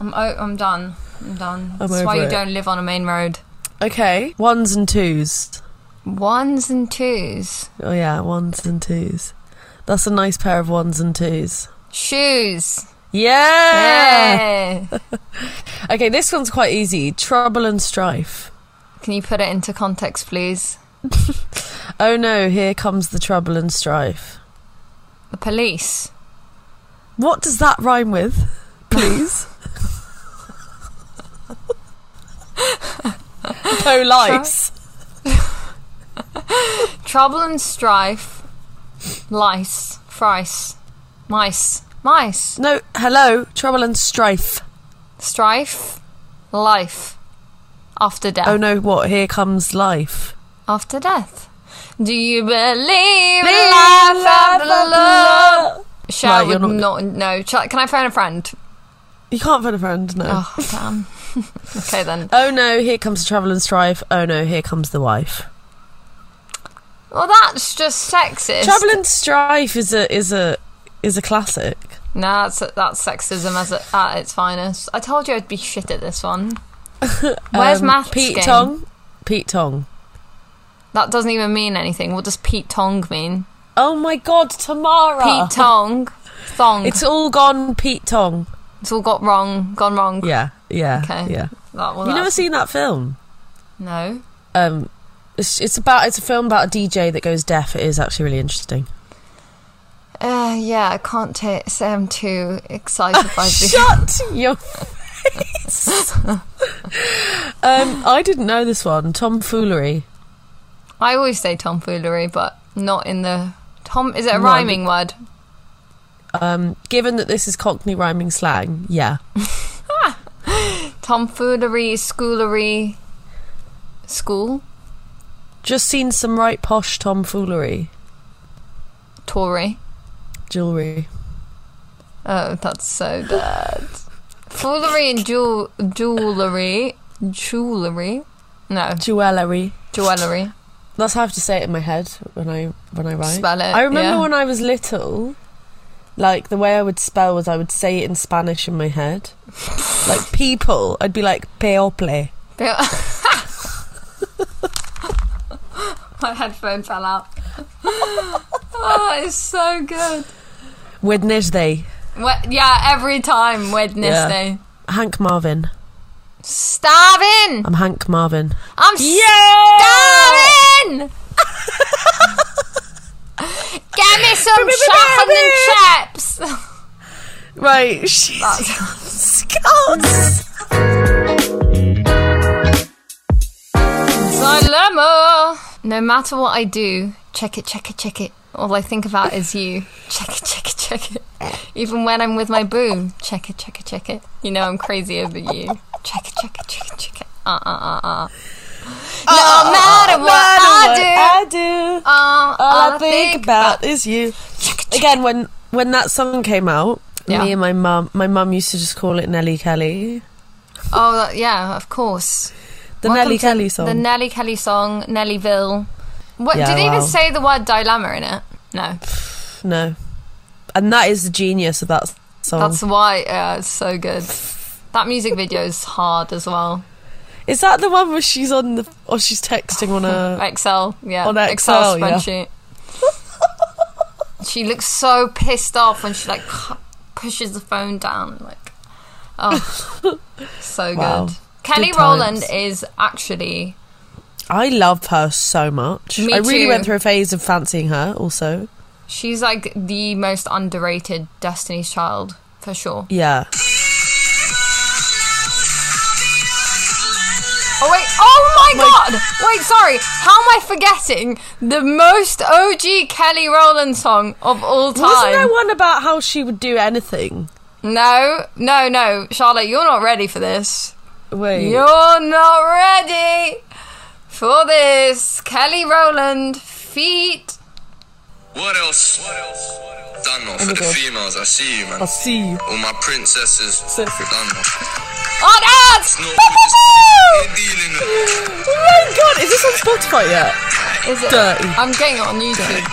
Speaker 2: I'm o- I'm done. I'm done. That's why
Speaker 1: over
Speaker 2: you
Speaker 1: it.
Speaker 2: don't live on a main road.
Speaker 1: Okay, ones and twos.
Speaker 2: Ones and twos.
Speaker 1: Oh yeah, ones and twos. That's a nice pair of ones and twos.
Speaker 2: Shoes.
Speaker 1: Yeah.
Speaker 2: Hey.
Speaker 1: Okay, this one's quite easy. Trouble and strife.
Speaker 2: Can you put it into context, please?
Speaker 1: Oh no, here comes the trouble and strife.
Speaker 2: The police.
Speaker 1: What does that rhyme with, please? Police.
Speaker 2: Trouble and strife. Lice. Frice. Mice. Mice.
Speaker 1: No, hello, trouble and strife.
Speaker 2: Strife. Life. After death.
Speaker 1: Oh no, what? Here comes life.
Speaker 2: After death. Do you believe in life after love? Shall
Speaker 1: Right, you're
Speaker 2: would not, know. Shall, can I phone a friend?
Speaker 1: You can't find a friend, no. Oh.
Speaker 2: Oh, damn. okay, then.
Speaker 1: no, here comes the trouble and strife. Oh no, here comes the wife.
Speaker 2: Well, that's just sexist.
Speaker 1: Trouble and strife is a is a is a classic.
Speaker 2: Nah, that's, that's sexism as it, at its finest. I told you I'd be shit at this one. Where's
Speaker 1: Um,
Speaker 2: maths
Speaker 1: Pete
Speaker 2: game?
Speaker 1: Tong. Pete Tong.
Speaker 2: That doesn't even mean anything. What does Pete Tong mean?
Speaker 1: Oh my God, Tamara!
Speaker 2: Pete Tong. Thong.
Speaker 1: Ah. It's all gone, Pete Tong.
Speaker 2: It's all got wrong, gone wrong.
Speaker 1: Yeah, yeah,
Speaker 2: Okay.
Speaker 1: yeah.
Speaker 2: That, well,
Speaker 1: you never
Speaker 2: that's-
Speaker 1: seen that film?
Speaker 2: No.
Speaker 1: um it's, it's about it's a film about a DJ that goes deaf. It is actually really interesting.
Speaker 2: Uh, yeah, I can't ta say I'm too excited by this.
Speaker 1: Shut your face. um, I didn't know this one. Tomfoolery.
Speaker 2: I always say tomfoolery, but not in the. Tom. Is it a
Speaker 1: No.
Speaker 2: rhyming word?
Speaker 1: Um, given that this is Cockney rhyming slang, yeah,
Speaker 2: tomfoolery, schoolery, school,
Speaker 1: just seen some right posh tomfoolery
Speaker 2: Tory.
Speaker 1: jewelry.
Speaker 2: Oh, that's so bad. Foolery and jewel- jewelry, jewelry. No,
Speaker 1: Jewellery.
Speaker 2: jewelry.
Speaker 1: That's how I have to say it in my head when I when I write.
Speaker 2: Spell it.
Speaker 1: I remember
Speaker 2: yeah.
Speaker 1: when I was little, like the way I would spell was I would say it in Spanish in my head, like people. I'd be like people.
Speaker 2: My headphone fell out. oh, it's so good.
Speaker 1: Wednesday.
Speaker 2: Wed- yeah, every time Wednesday.
Speaker 1: Hank Marvin.
Speaker 2: Starving.
Speaker 1: I'm Hank Marvin.
Speaker 2: I'm
Speaker 1: Yeah!
Speaker 2: Darling! Get me some chocolate and chips!
Speaker 1: Right, she's
Speaker 2: Oh,
Speaker 1: Scouts.
Speaker 2: Dilemma! No matter what I do, check it, check it, check it. All I think about is you. Check it, check it, check it. Even when I'm with my boo, check it, check it, check it. You know I'm crazy over you. Check it, check it, check it, check it. Uh uh uh uh. No matter what I
Speaker 1: Oh, I do,
Speaker 2: do, all,
Speaker 1: all I Oh, think about is you.
Speaker 2: Check it, check
Speaker 1: Again, when when that song came out,
Speaker 2: Yeah.
Speaker 1: me and my mum, my mum used to just call it Nelly Kelly,
Speaker 2: it. Oh, that- yeah, of course.
Speaker 1: the
Speaker 2: Welcome
Speaker 1: Nelly
Speaker 2: to
Speaker 1: Kelly song.
Speaker 2: The Nelly Kelly song, Nellyville. What
Speaker 1: Yeah,
Speaker 2: did they even
Speaker 1: wow.
Speaker 2: say the word dilemma in it? No,
Speaker 1: no, and that is the genius of that song.
Speaker 2: that's why yeah, it's so good. That music video is hard as well.
Speaker 1: Is that the one where she's on the or she's texting on a?
Speaker 2: Excel, yeah,
Speaker 1: Uh, on
Speaker 2: Excel
Speaker 1: Excel, yeah.
Speaker 2: spreadsheet. she looks so pissed off when she like pushes the phone down, like, oh, so
Speaker 1: Wow.
Speaker 2: good. Kelly
Speaker 1: Good
Speaker 2: Rowland
Speaker 1: times.
Speaker 2: is actually
Speaker 1: I love her so much.
Speaker 2: Me
Speaker 1: I really
Speaker 2: too.
Speaker 1: went through a phase of fancying her. Also,
Speaker 2: she's like the most underrated Destiny's Child for sure.
Speaker 1: yeah.
Speaker 2: Oh wait! Oh my, god. God! Wait, sorry. How am I forgetting the most OG Kelly Rowland song of all time?
Speaker 1: Wasn't there one about how she would do anything?
Speaker 2: No, no, no. Charlotte, you're not ready for this.
Speaker 1: Wait.
Speaker 2: You're not ready for this. Kelly Rowland, feet.
Speaker 3: What else? What else? Done off
Speaker 1: Oh my
Speaker 3: for the
Speaker 1: God.
Speaker 3: females. I see you, man.
Speaker 1: I'll see you.
Speaker 3: All my princesses.
Speaker 1: So-
Speaker 3: Done off.
Speaker 2: Oh, dance!
Speaker 3: No,
Speaker 2: Woo!
Speaker 3: Ain't dealing with it.
Speaker 1: Oh my god, is this on Spotify yet?
Speaker 2: Is it?
Speaker 1: Dirty.
Speaker 2: I'm getting it on YouTube.
Speaker 4: I love it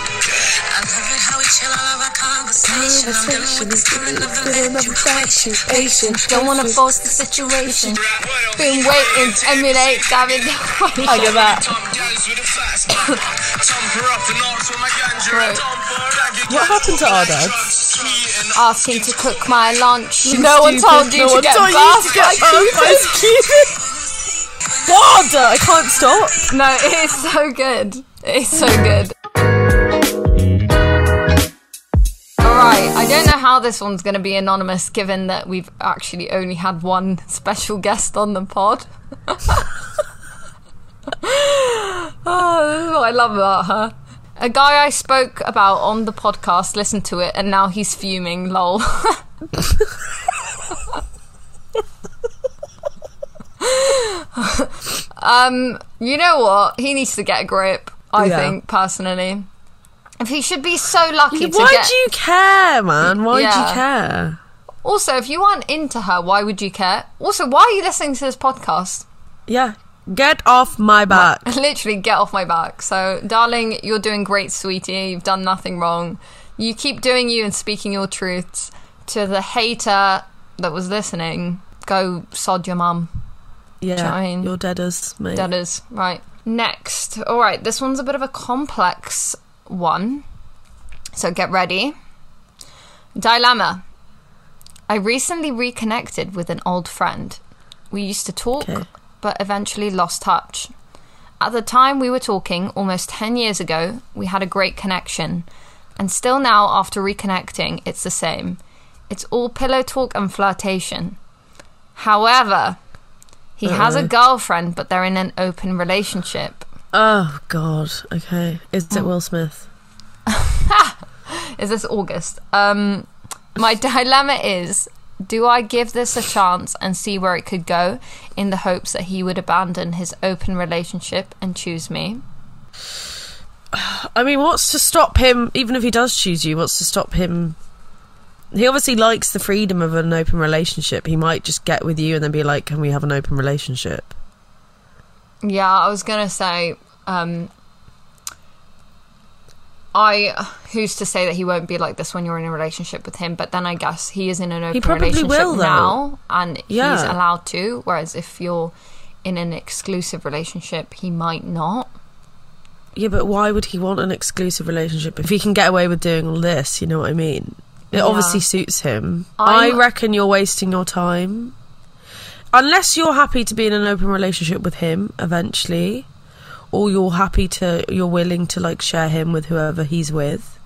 Speaker 4: how we chill, I love our conversation. I'm done with this kind of infatuation.
Speaker 2: Don't want to force the situation.
Speaker 3: What else?
Speaker 2: Been waiting to emulate David.
Speaker 1: I get that.
Speaker 3: Tom gals with a fast back. Tom her up and arms with my ganja.
Speaker 2: Right.
Speaker 3: Tom for a ragged
Speaker 1: What happened to our Ah. dads?
Speaker 3: Drugs, sweet and
Speaker 2: Asking to cook my lunch. no one told you
Speaker 1: no one
Speaker 2: to get
Speaker 1: told you to
Speaker 2: basket.
Speaker 1: get basket cupid. God, I can't stop.
Speaker 2: No, it's so good. It's so good. Alright, I don't know how this one's going to be anonymous given that we've actually only had one special guest on the pod. Ah, oh, this is what I love about her. A guy I spoke about on the podcast listened to it and now he's fuming, lol. um, you know what? He needs to get a grip, I
Speaker 1: Yeah.
Speaker 2: think, personally. If he should be so lucky to
Speaker 1: Why
Speaker 2: get
Speaker 1: do you care, man? Why do
Speaker 2: Yeah.
Speaker 1: you care?
Speaker 2: Also, if you aren't into her, why would you care? Also, why are you listening to this podcast?
Speaker 1: Yeah. Get off my back.
Speaker 2: Literally, get off my back. So, darling, you're doing great, sweetie. You've done nothing wrong. You keep doing you and speaking your truths. To the hater that was listening, go sod your mum.
Speaker 1: Yeah.
Speaker 2: Jane.
Speaker 1: You're dead as mate.
Speaker 2: That is right. Next. All right, this one's a bit of a complex one. So get ready. Dilemma. I recently reconnected with an old friend. We used to talk,
Speaker 1: Okay.
Speaker 2: but eventually lost touch. At the time we were talking, almost 10 years ago, we had a great connection. And still now, after reconnecting, it's the same. It's all pillow talk and flirtation. However, he has a girlfriend, but they're in an open relationship.
Speaker 1: Oh God. Okay. Is it Will Smith?
Speaker 2: Is this August? Um, my dilemma is do I give this a chance and see where it could go in the hopes that he would abandon his open relationship and choose me?
Speaker 1: I mean, what's to stop him? Even if he does choose you, what's to stop him? He obviously likes the freedom of an open relationship. He might just get with you and then be like, "Can we have an open relationship?"
Speaker 2: Yeah, I was gonna say, um, I who's to say that he won't be like this when you're in a relationship with him? But then I guess he is in an open
Speaker 1: probably
Speaker 2: relationship
Speaker 1: will, though.
Speaker 2: now, and he's
Speaker 1: Yeah.
Speaker 2: allowed to. Whereas if you're in an exclusive relationship, he might not.
Speaker 1: Yeah, but why would he want an exclusive relationship if he can get away with doing all this? You know what I mean? It obviously suits him. i
Speaker 2: I'm-
Speaker 1: reckon you're wasting your time. Unless you're happy to be in an open relationship with him eventually, or you're happy to, you're willing to like share him with whoever he's with,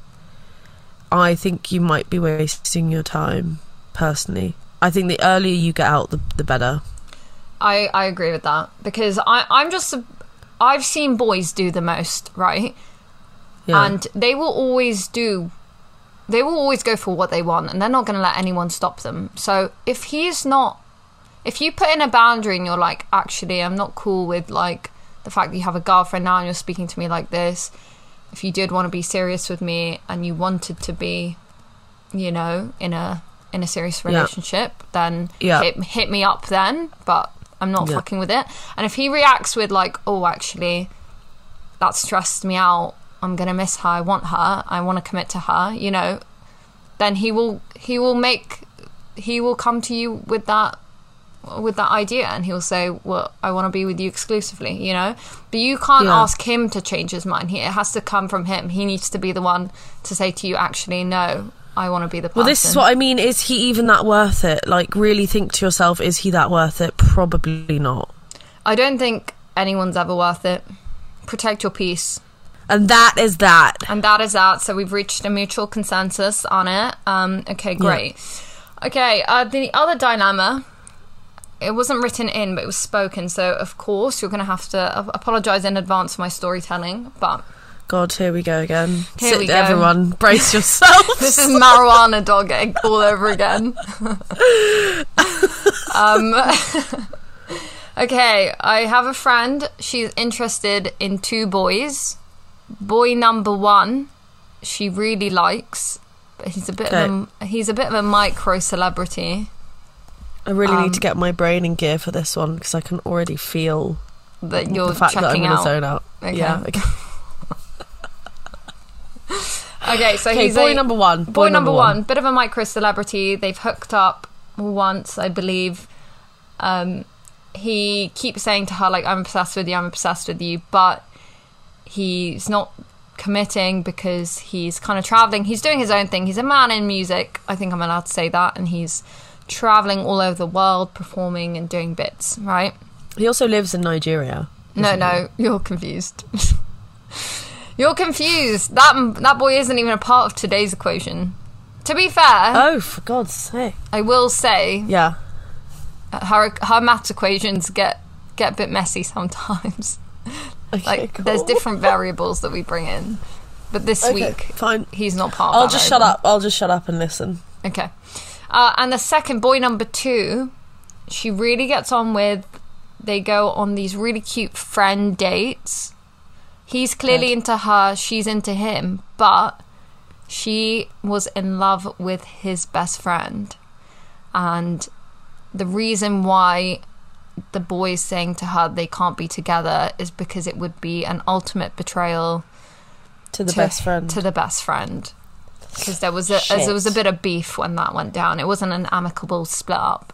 Speaker 1: I think you might be wasting your time personally. I think the earlier you get out, the, the better.
Speaker 2: I, I agree with that because I, I'm just, a- I've seen boys do the most, right?
Speaker 1: Yeah.
Speaker 2: And they will always do, they will always go for what they want and they're not going to let anyone stop them. So if he's not, if you put in a boundary and you're like, actually, I'm not cool with like the fact that you have a girlfriend now and you're speaking to me like this, if you did want to be serious with me and you wanted to be, you know, in a, in a serious relationship, then
Speaker 1: Yeah.
Speaker 2: hit, hit me up then, but I'm not
Speaker 1: Yeah.
Speaker 2: fucking with it. And if he reacts with like, oh, actually, that stressed me out. I'm gonna miss her. I want her. I want to commit to her. You know, then he will he will make he will come to you with that with that idea and he'll say well i want to be with you exclusively you know but you can't
Speaker 1: Yeah.
Speaker 2: ask him to change his mind he, it has to come from him he needs to be the one to say to you actually no i want to be the person
Speaker 1: Well, this is what I mean. Is he even that worth it? Like, really think to yourself, is he that worth it? Probably not.
Speaker 2: I don't think anyone's ever worth it. Protect your peace.
Speaker 1: And that is that.
Speaker 2: And that is that. So we've reached a mutual consensus on it. Um, okay, great. Okay, uh, the other dilemma it wasn't written in, but it was spoken. So of course you're going to have to ap- apologize in advance for my storytelling. But
Speaker 1: God, here we go again.
Speaker 2: Here
Speaker 1: Sit
Speaker 2: we
Speaker 1: there,
Speaker 2: go.
Speaker 1: everyone. Brace yourselves.
Speaker 2: this is marijuana dog egg all over again. um, okay, I have a friend. She's interested in two boys. Boy number one, she really likes. But he's a bit of a, he's a bit of a micro celebrity.
Speaker 1: I really need
Speaker 2: Um,
Speaker 1: to get my brain in gear for this one because I can already feel
Speaker 2: That you're
Speaker 1: the fact that I'm
Speaker 2: Oh, checking
Speaker 1: going to
Speaker 2: out.
Speaker 1: zone out.
Speaker 2: Okay.
Speaker 1: Yeah. Okay.
Speaker 2: Okay, so
Speaker 1: Okay,
Speaker 2: he's
Speaker 1: boy
Speaker 2: a-
Speaker 1: number one.
Speaker 2: Boy, number one. bit of a micro celebrity. They've hooked up once, I believe. Um, he keeps saying to her, like, I'm obsessed with you, I'm obsessed with you, but he's not committing because he's kind of traveling. He's doing his own thing. He's a man in music. I think I'm allowed to say that. And he's traveling all over the world, performing and doing bits, right?
Speaker 1: He also lives in Nigeria.
Speaker 2: No, no, you're confused. you're confused. That that boy isn't even a part of today's equation. To be fair,
Speaker 1: Oh, for God's sake.
Speaker 2: I will say
Speaker 1: Yeah.
Speaker 2: uh, her her math equations get get a bit messy sometimes.
Speaker 1: Okay,
Speaker 2: like
Speaker 1: cool.
Speaker 2: there's different variables that we bring in, but this
Speaker 1: Okay,
Speaker 2: week
Speaker 1: fine.
Speaker 2: he's not part.
Speaker 1: I'll
Speaker 2: of that
Speaker 1: just shut
Speaker 2: variable.
Speaker 1: up. I'll just shut up and listen.
Speaker 2: Okay. Uh, and the second boy, number two, she really gets on with. They go on these really cute friend dates. He's clearly into her, she's into him, but she was in love with his best friend. And the reason why the boy's saying to her they can't be together is because it would be an ultimate betrayal
Speaker 1: To the
Speaker 2: to-
Speaker 1: best friend.
Speaker 2: to the best friend because there was a as there was a
Speaker 1: Shit.
Speaker 2: bit of beef when that went down. It wasn't an amicable split up.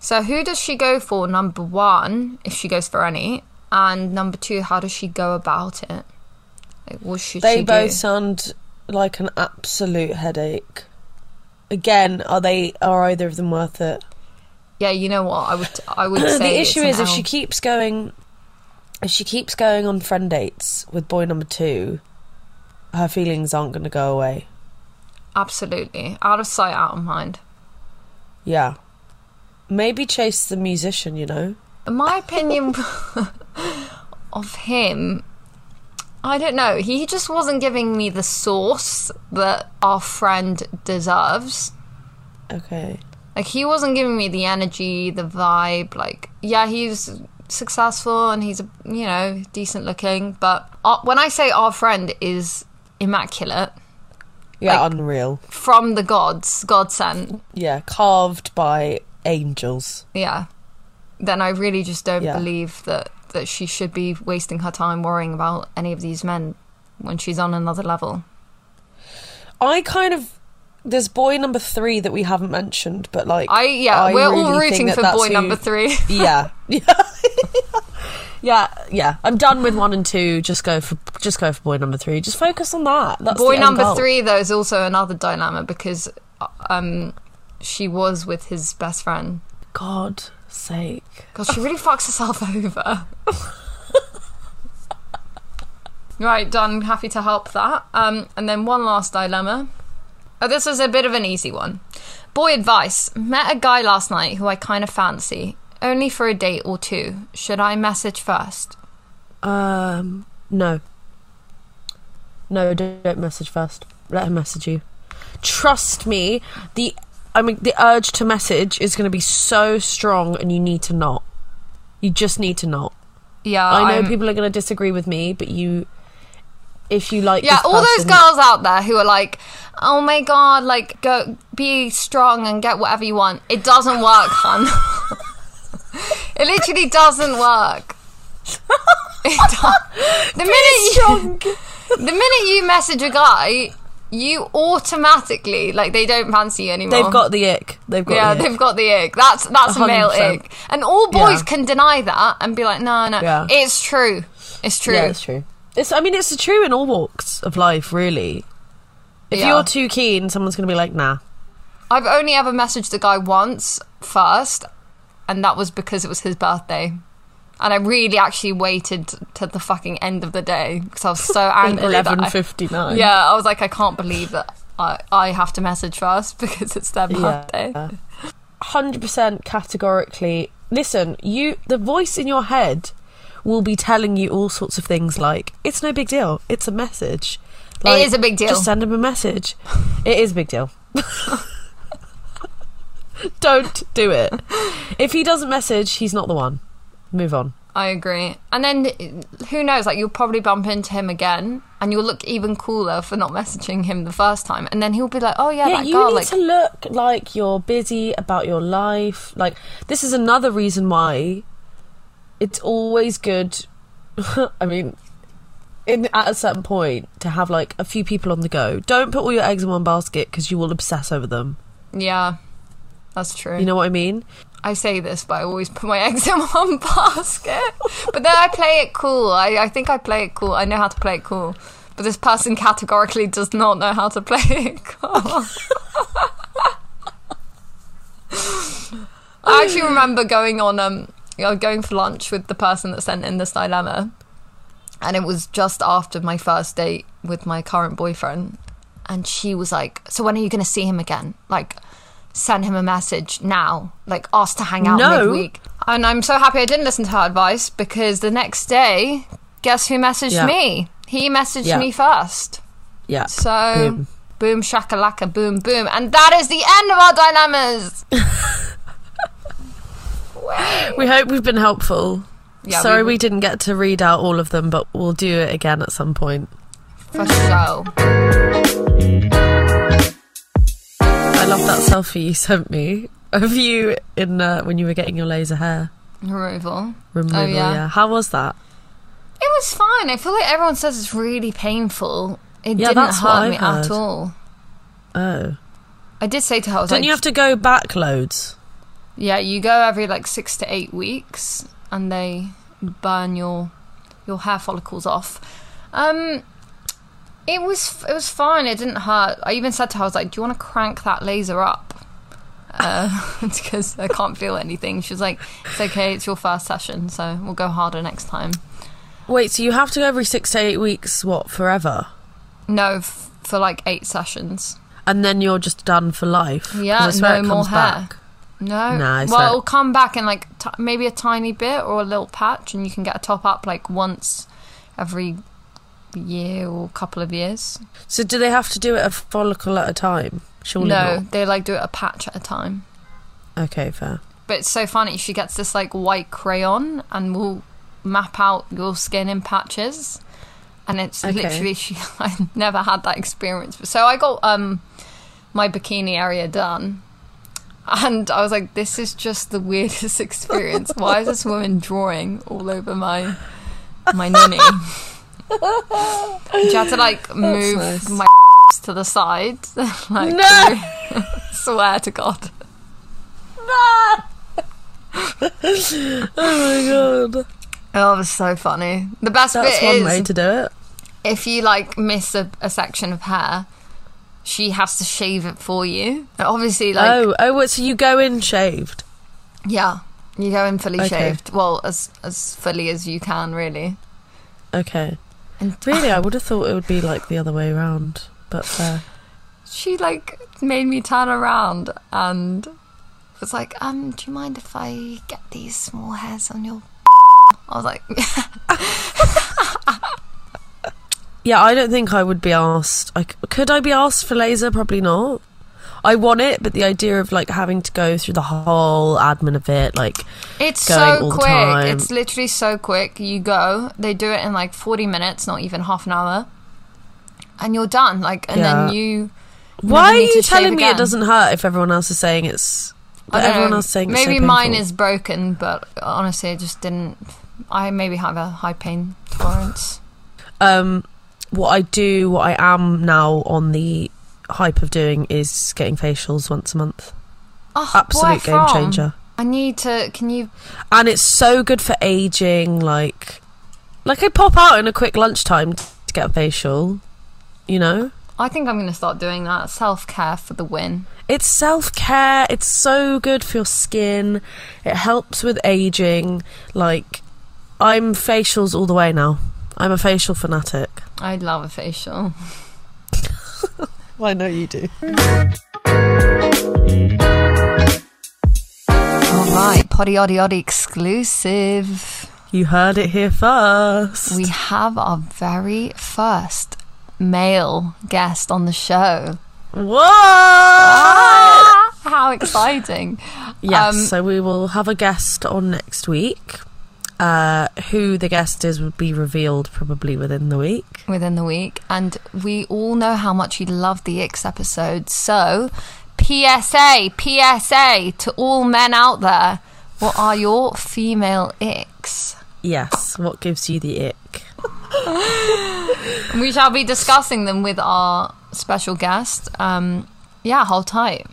Speaker 2: So who does she go for? Number one, if she goes for any, and number two, how does she go about it? Like, what should
Speaker 1: they
Speaker 2: she
Speaker 1: both
Speaker 2: do?
Speaker 1: sound like an absolute headache. Again, are they are either of them worth it?
Speaker 2: Yeah, you know what? I would I would say
Speaker 1: the
Speaker 2: it's
Speaker 1: issue
Speaker 2: an
Speaker 1: is if
Speaker 2: L.
Speaker 1: she keeps going if she keeps going on friend dates with boy number 2, her feelings aren't going to go away.
Speaker 2: absolutely out of sight, out of mind.
Speaker 1: Yeah. Maybe chase the musician, you know.
Speaker 2: my opinion of him i don't know he just wasn't giving me the source that our friend deserves
Speaker 1: Okay.
Speaker 2: like he wasn't giving me the energy the vibe like yeah he's successful and he's you know decent looking but uh, when i say our friend is immaculate
Speaker 1: Yeah,
Speaker 2: Like-
Speaker 1: unreal.
Speaker 2: from the gods god sent
Speaker 1: Yeah, carved by angels.
Speaker 2: yeah then i really just don't
Speaker 1: Yeah.
Speaker 2: believe that that she should be wasting her time worrying about any of these men when she's on another level
Speaker 1: I kind of there's boy number 3 that we haven't mentioned, but like
Speaker 2: i yeah we're all
Speaker 1: really think
Speaker 2: rooting
Speaker 1: that
Speaker 2: for
Speaker 1: that's
Speaker 2: boy
Speaker 1: who-
Speaker 2: number three
Speaker 1: yeah. yeah, yeah. I'm done with one and two. Just go for just go for boy number three. Just focus on that. That's the
Speaker 2: boy
Speaker 1: end
Speaker 2: number
Speaker 1: goal.
Speaker 2: three though is also another dilemma because um she was with his best friend
Speaker 1: God sake.
Speaker 2: god she really fucks herself over right done happy to help that um and then one last dilemma Oh, this was a bit of an easy one. Boy advice. Met a guy last night who I kind of fancy. Only for a date or two. Should I message first?
Speaker 1: Um, no. No, don't, don't message first. Let him message you. Trust me. The I mean, the urge to message is going to be so strong, and you need to not. You just need to not.
Speaker 2: Yeah,
Speaker 1: I know
Speaker 2: I'm-
Speaker 1: people are going to disagree with me, but you, if you like,
Speaker 2: Yeah,
Speaker 1: this
Speaker 2: all those
Speaker 1: person-
Speaker 2: girls out there who are like, "Oh my god, like go be strong and get whatever you want." It doesn't work, hun. it literally doesn't work. It don't- the minute you, the minute you message a guy, you automatically like they don't fancy you anymore.
Speaker 1: They've got the ick. They've got.
Speaker 2: Yeah,
Speaker 1: the ick.
Speaker 2: they've got the ick. That's that's a male
Speaker 1: 100%.
Speaker 2: ick, and all boys
Speaker 1: Yeah.
Speaker 2: can deny that and be like, no, no,
Speaker 1: Yeah.
Speaker 2: it's true, it's true.
Speaker 1: Yeah, it's true. It's I mean it's true in all walks of life, really. If
Speaker 2: Yeah.
Speaker 1: you're too keen, someone's gonna be like, nah.
Speaker 2: I've only ever messaged a guy once first, and that was because it was his birthday, and I really actually waited to the fucking end of the day because I was so angry. that I-
Speaker 1: Eleven fifty nine.
Speaker 2: yeah, I was like, I can't believe that I I have to message first because it's their birthday.
Speaker 1: Hundred percent categorically listen, you the voice in your head will be telling you all sorts of things like it's no big deal, it's a message.
Speaker 2: is a big deal.
Speaker 1: Just send him a message. It is a big deal. Don't do it. If he doesn't message, he's not the one. Move on.
Speaker 2: I agree. And then who knows? Like you'll probably bump into him again, and you'll look even cooler for not messaging him the first time. And then he'll be like, "Oh yeah,
Speaker 1: yeah,
Speaker 2: that
Speaker 1: you
Speaker 2: girl."
Speaker 1: need
Speaker 2: Like,
Speaker 1: to look like you're busy about your life. Like this is another reason why it's always good. I mean, in at a certain point to have like a few people on the go. Don't put all your eggs in one basket because you will obsess over them.
Speaker 2: yeah, that's true.
Speaker 1: You know what I mean?
Speaker 2: I say this, but I always put my eggs in one basket. but then I play it cool. I, I think I play it cool. I know how to play it cool. But this person categorically does not know how to play it cool. I actually remember going on um you know, going for lunch with the person that sent in this dilemma. And it was just after my first date with my current boyfriend. And she was like, So when are you gonna see him again? Like send him a message now. Like ask to hang out
Speaker 1: No.
Speaker 2: midweek. And I'm so happy I didn't listen to her advice because the next day, guess who messaged
Speaker 1: Yeah.
Speaker 2: me? He messaged
Speaker 1: Yeah.
Speaker 2: me first.
Speaker 1: Yeah.
Speaker 2: So
Speaker 1: Boom.
Speaker 2: boom, shakalaka, boom, boom, and that is the end of our dilemmas.
Speaker 1: we hope we've been helpful.
Speaker 2: Yeah,
Speaker 1: Sorry
Speaker 2: we-
Speaker 1: we didn't get to read out all of them, but we'll do it again at some point.
Speaker 2: For sure.
Speaker 1: I love that selfie you sent me of you in uh, when you were getting your laser hair.
Speaker 2: Removal.
Speaker 1: removal.
Speaker 2: Oh, yeah.
Speaker 1: yeah. How was that?
Speaker 2: It was fine. I feel like everyone says it's really painful. It
Speaker 1: Yeah,
Speaker 2: didn't
Speaker 1: that's what
Speaker 2: hurt
Speaker 1: I've
Speaker 2: me
Speaker 1: heard.
Speaker 2: at all.
Speaker 1: Oh,
Speaker 2: I did say to her, I was
Speaker 1: don't
Speaker 2: like,
Speaker 1: you have to go back loads?
Speaker 2: yeah, you go every like six to eight weeks, and they burn your your hair follicles off. Um, it was it was fine. It didn't hurt. I even said to her, I was like, "Do you want to crank that laser up?" Uh, because I can't feel anything. She was like, "It's okay. It's your first session, so we'll go harder next time."
Speaker 1: Wait, so you have to go every six to eight weeks? What forever?
Speaker 2: No, f- for like eight sessions.
Speaker 1: And then you're just done for life? 'Cause
Speaker 2: Yeah,
Speaker 1: I swear
Speaker 2: no
Speaker 1: it comes
Speaker 2: more hair.
Speaker 1: back.
Speaker 2: No.
Speaker 1: Nah, it's
Speaker 2: well,
Speaker 1: like-
Speaker 2: it'll come back in like t- maybe a tiny bit or a little patch, and you can get a top up like once every year or couple of years.
Speaker 1: So do they have to do it a follicle at a time? Surely
Speaker 2: no, they like do it a patch at a time.
Speaker 1: not. Okay, fair.
Speaker 2: But it's so funny. She gets this like white crayon and will map out your skin in patches. And it's
Speaker 1: Okay.
Speaker 2: literally she. I never had that experience. So I got um my bikini area done, and I was like, "This is just the weirdest experience. Why is this woman drawing all over my my ninny?" And she had to like move
Speaker 1: nice.
Speaker 2: my to the side, like
Speaker 1: No!
Speaker 2: swear to God.
Speaker 1: Oh my god,
Speaker 2: Oh, it was so funny. The best
Speaker 1: that's
Speaker 2: bit
Speaker 1: one
Speaker 2: is
Speaker 1: way to do it.
Speaker 2: if you like miss a, a section of hair, she has to shave it for you. Obviously, like
Speaker 1: oh, oh, what? So you go in shaved?
Speaker 2: yeah, you go in fully
Speaker 1: Okay.
Speaker 2: shaved. Well, as as fully as you can, really.
Speaker 1: Okay.
Speaker 2: And
Speaker 1: Really, I would have thought it would be like the other way around, but uh, fair.
Speaker 2: she like made me turn around and was like, "Um, do you mind if I get these small hairs on your?" I was like,
Speaker 1: Yeah, I don't think I would be asked. I c could I be asked for laser? Probably not. I want it, but the idea of like having to go through the whole admin of it, like
Speaker 2: It's
Speaker 1: going all the
Speaker 2: so quick.
Speaker 1: time.
Speaker 2: It's literally so quick. You go, they do it in like 40 minutes, not even half an hour. And you're done. Like, and
Speaker 1: Yeah.
Speaker 2: then you.
Speaker 1: why are
Speaker 2: then need to
Speaker 1: you
Speaker 2: shave
Speaker 1: telling me
Speaker 2: again.
Speaker 1: it doesn't hurt if everyone else is saying it's?
Speaker 2: I
Speaker 1: But
Speaker 2: don't
Speaker 1: everyone
Speaker 2: know.
Speaker 1: else is saying it's so
Speaker 2: Maybe mine
Speaker 1: painful.
Speaker 2: is broken, but honestly, I just didn't. I maybe have a high pain tolerance.
Speaker 1: Um, what I do, what I am now on the hype of doing is getting facials once a month.
Speaker 2: Oh, where
Speaker 1: Absolute game
Speaker 2: from?
Speaker 1: changer,
Speaker 2: I need to. Can you.
Speaker 1: and it's so good for aging. Like, like I pop out in a quick lunchtime t- to get a facial. You know.
Speaker 2: I think I'm going to start doing that. Self care for the win.
Speaker 1: It's self care. It's so good for your skin. It helps with aging. Like, I'm facials all the way now. I'm a facial fanatic.
Speaker 2: I love a facial.
Speaker 1: Well, I know you do.
Speaker 2: Oh, Right, Potty Oddy Oddy exclusive.
Speaker 1: You heard it here first.
Speaker 2: We have our very first male guest on the show.
Speaker 1: What?
Speaker 2: How exciting.
Speaker 1: Yes,
Speaker 2: Um,
Speaker 1: so we will have a guest on next week. Uh, who the guest is would be revealed probably within the week.
Speaker 2: within the week. And we all know how much you love the Ix episode. So, PSA, PSA to all men out there. What are your female Ix?
Speaker 1: Yes, what gives you the ick?
Speaker 2: And We shall be discussing them with our special guest. Um, yeah, hold tight.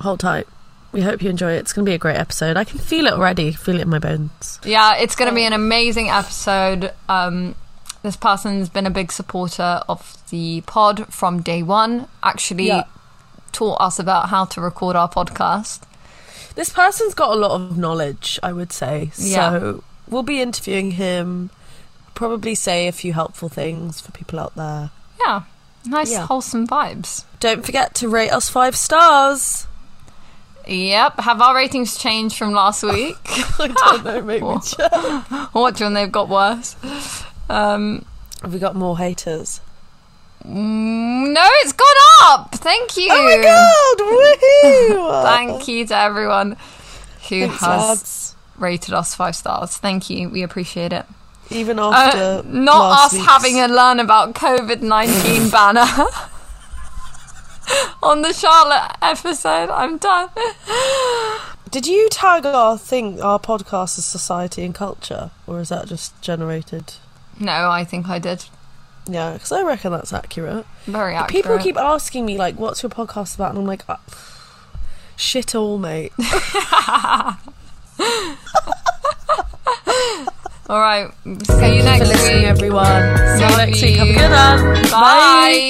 Speaker 1: Hold tight. We hope you enjoy it. It's going to be a great episode. I can feel it already. Feel it in my bones.
Speaker 2: Yeah, it's going to
Speaker 1: Oh.
Speaker 2: be an amazing episode. Um, this person's been a big supporter of the pod from day one. Actually,
Speaker 1: Yeah.
Speaker 2: taught us about how to record our podcast.
Speaker 1: This person's got a lot of knowledge, I would say.
Speaker 2: Yeah.
Speaker 1: So we'll be interviewing him. Probably say a few helpful things for people out there.
Speaker 2: Yeah, nice
Speaker 1: Yeah.
Speaker 2: wholesome vibes.
Speaker 1: Don't forget to rate us five stars.
Speaker 2: Yep. Have our ratings changed from last week?
Speaker 1: I don't know, maybe.
Speaker 2: Well. what do you reckon they've got worse? Um,
Speaker 1: Have we got more haters?
Speaker 2: mm, no, it's gone up. Thank you.
Speaker 1: Oh my god! Woohoo!
Speaker 2: Thank you to everyone who
Speaker 1: Thanks,
Speaker 2: has
Speaker 1: lads.
Speaker 2: rated us five stars. Thank you. We appreciate it.
Speaker 1: Even
Speaker 2: Uh,
Speaker 1: after
Speaker 2: not us
Speaker 1: last week's-
Speaker 2: having a learn about COVID 19 banner on the Charlotte episode. I'm done.
Speaker 1: Did you tag our thing, our podcast, as society and culture, or is that just generated?
Speaker 2: No, I think I did.
Speaker 1: Yeah, because I reckon that's accurate.
Speaker 2: Very accurate.
Speaker 1: People keep asking me like, "What's your podcast about?" and I'm like, "Uh, "Shit, all mate."
Speaker 2: All right. See you next
Speaker 1: Listening,
Speaker 2: week.
Speaker 1: everyone. See you
Speaker 2: Love
Speaker 1: next week. Have a
Speaker 2: you.
Speaker 1: good one.
Speaker 2: Bye.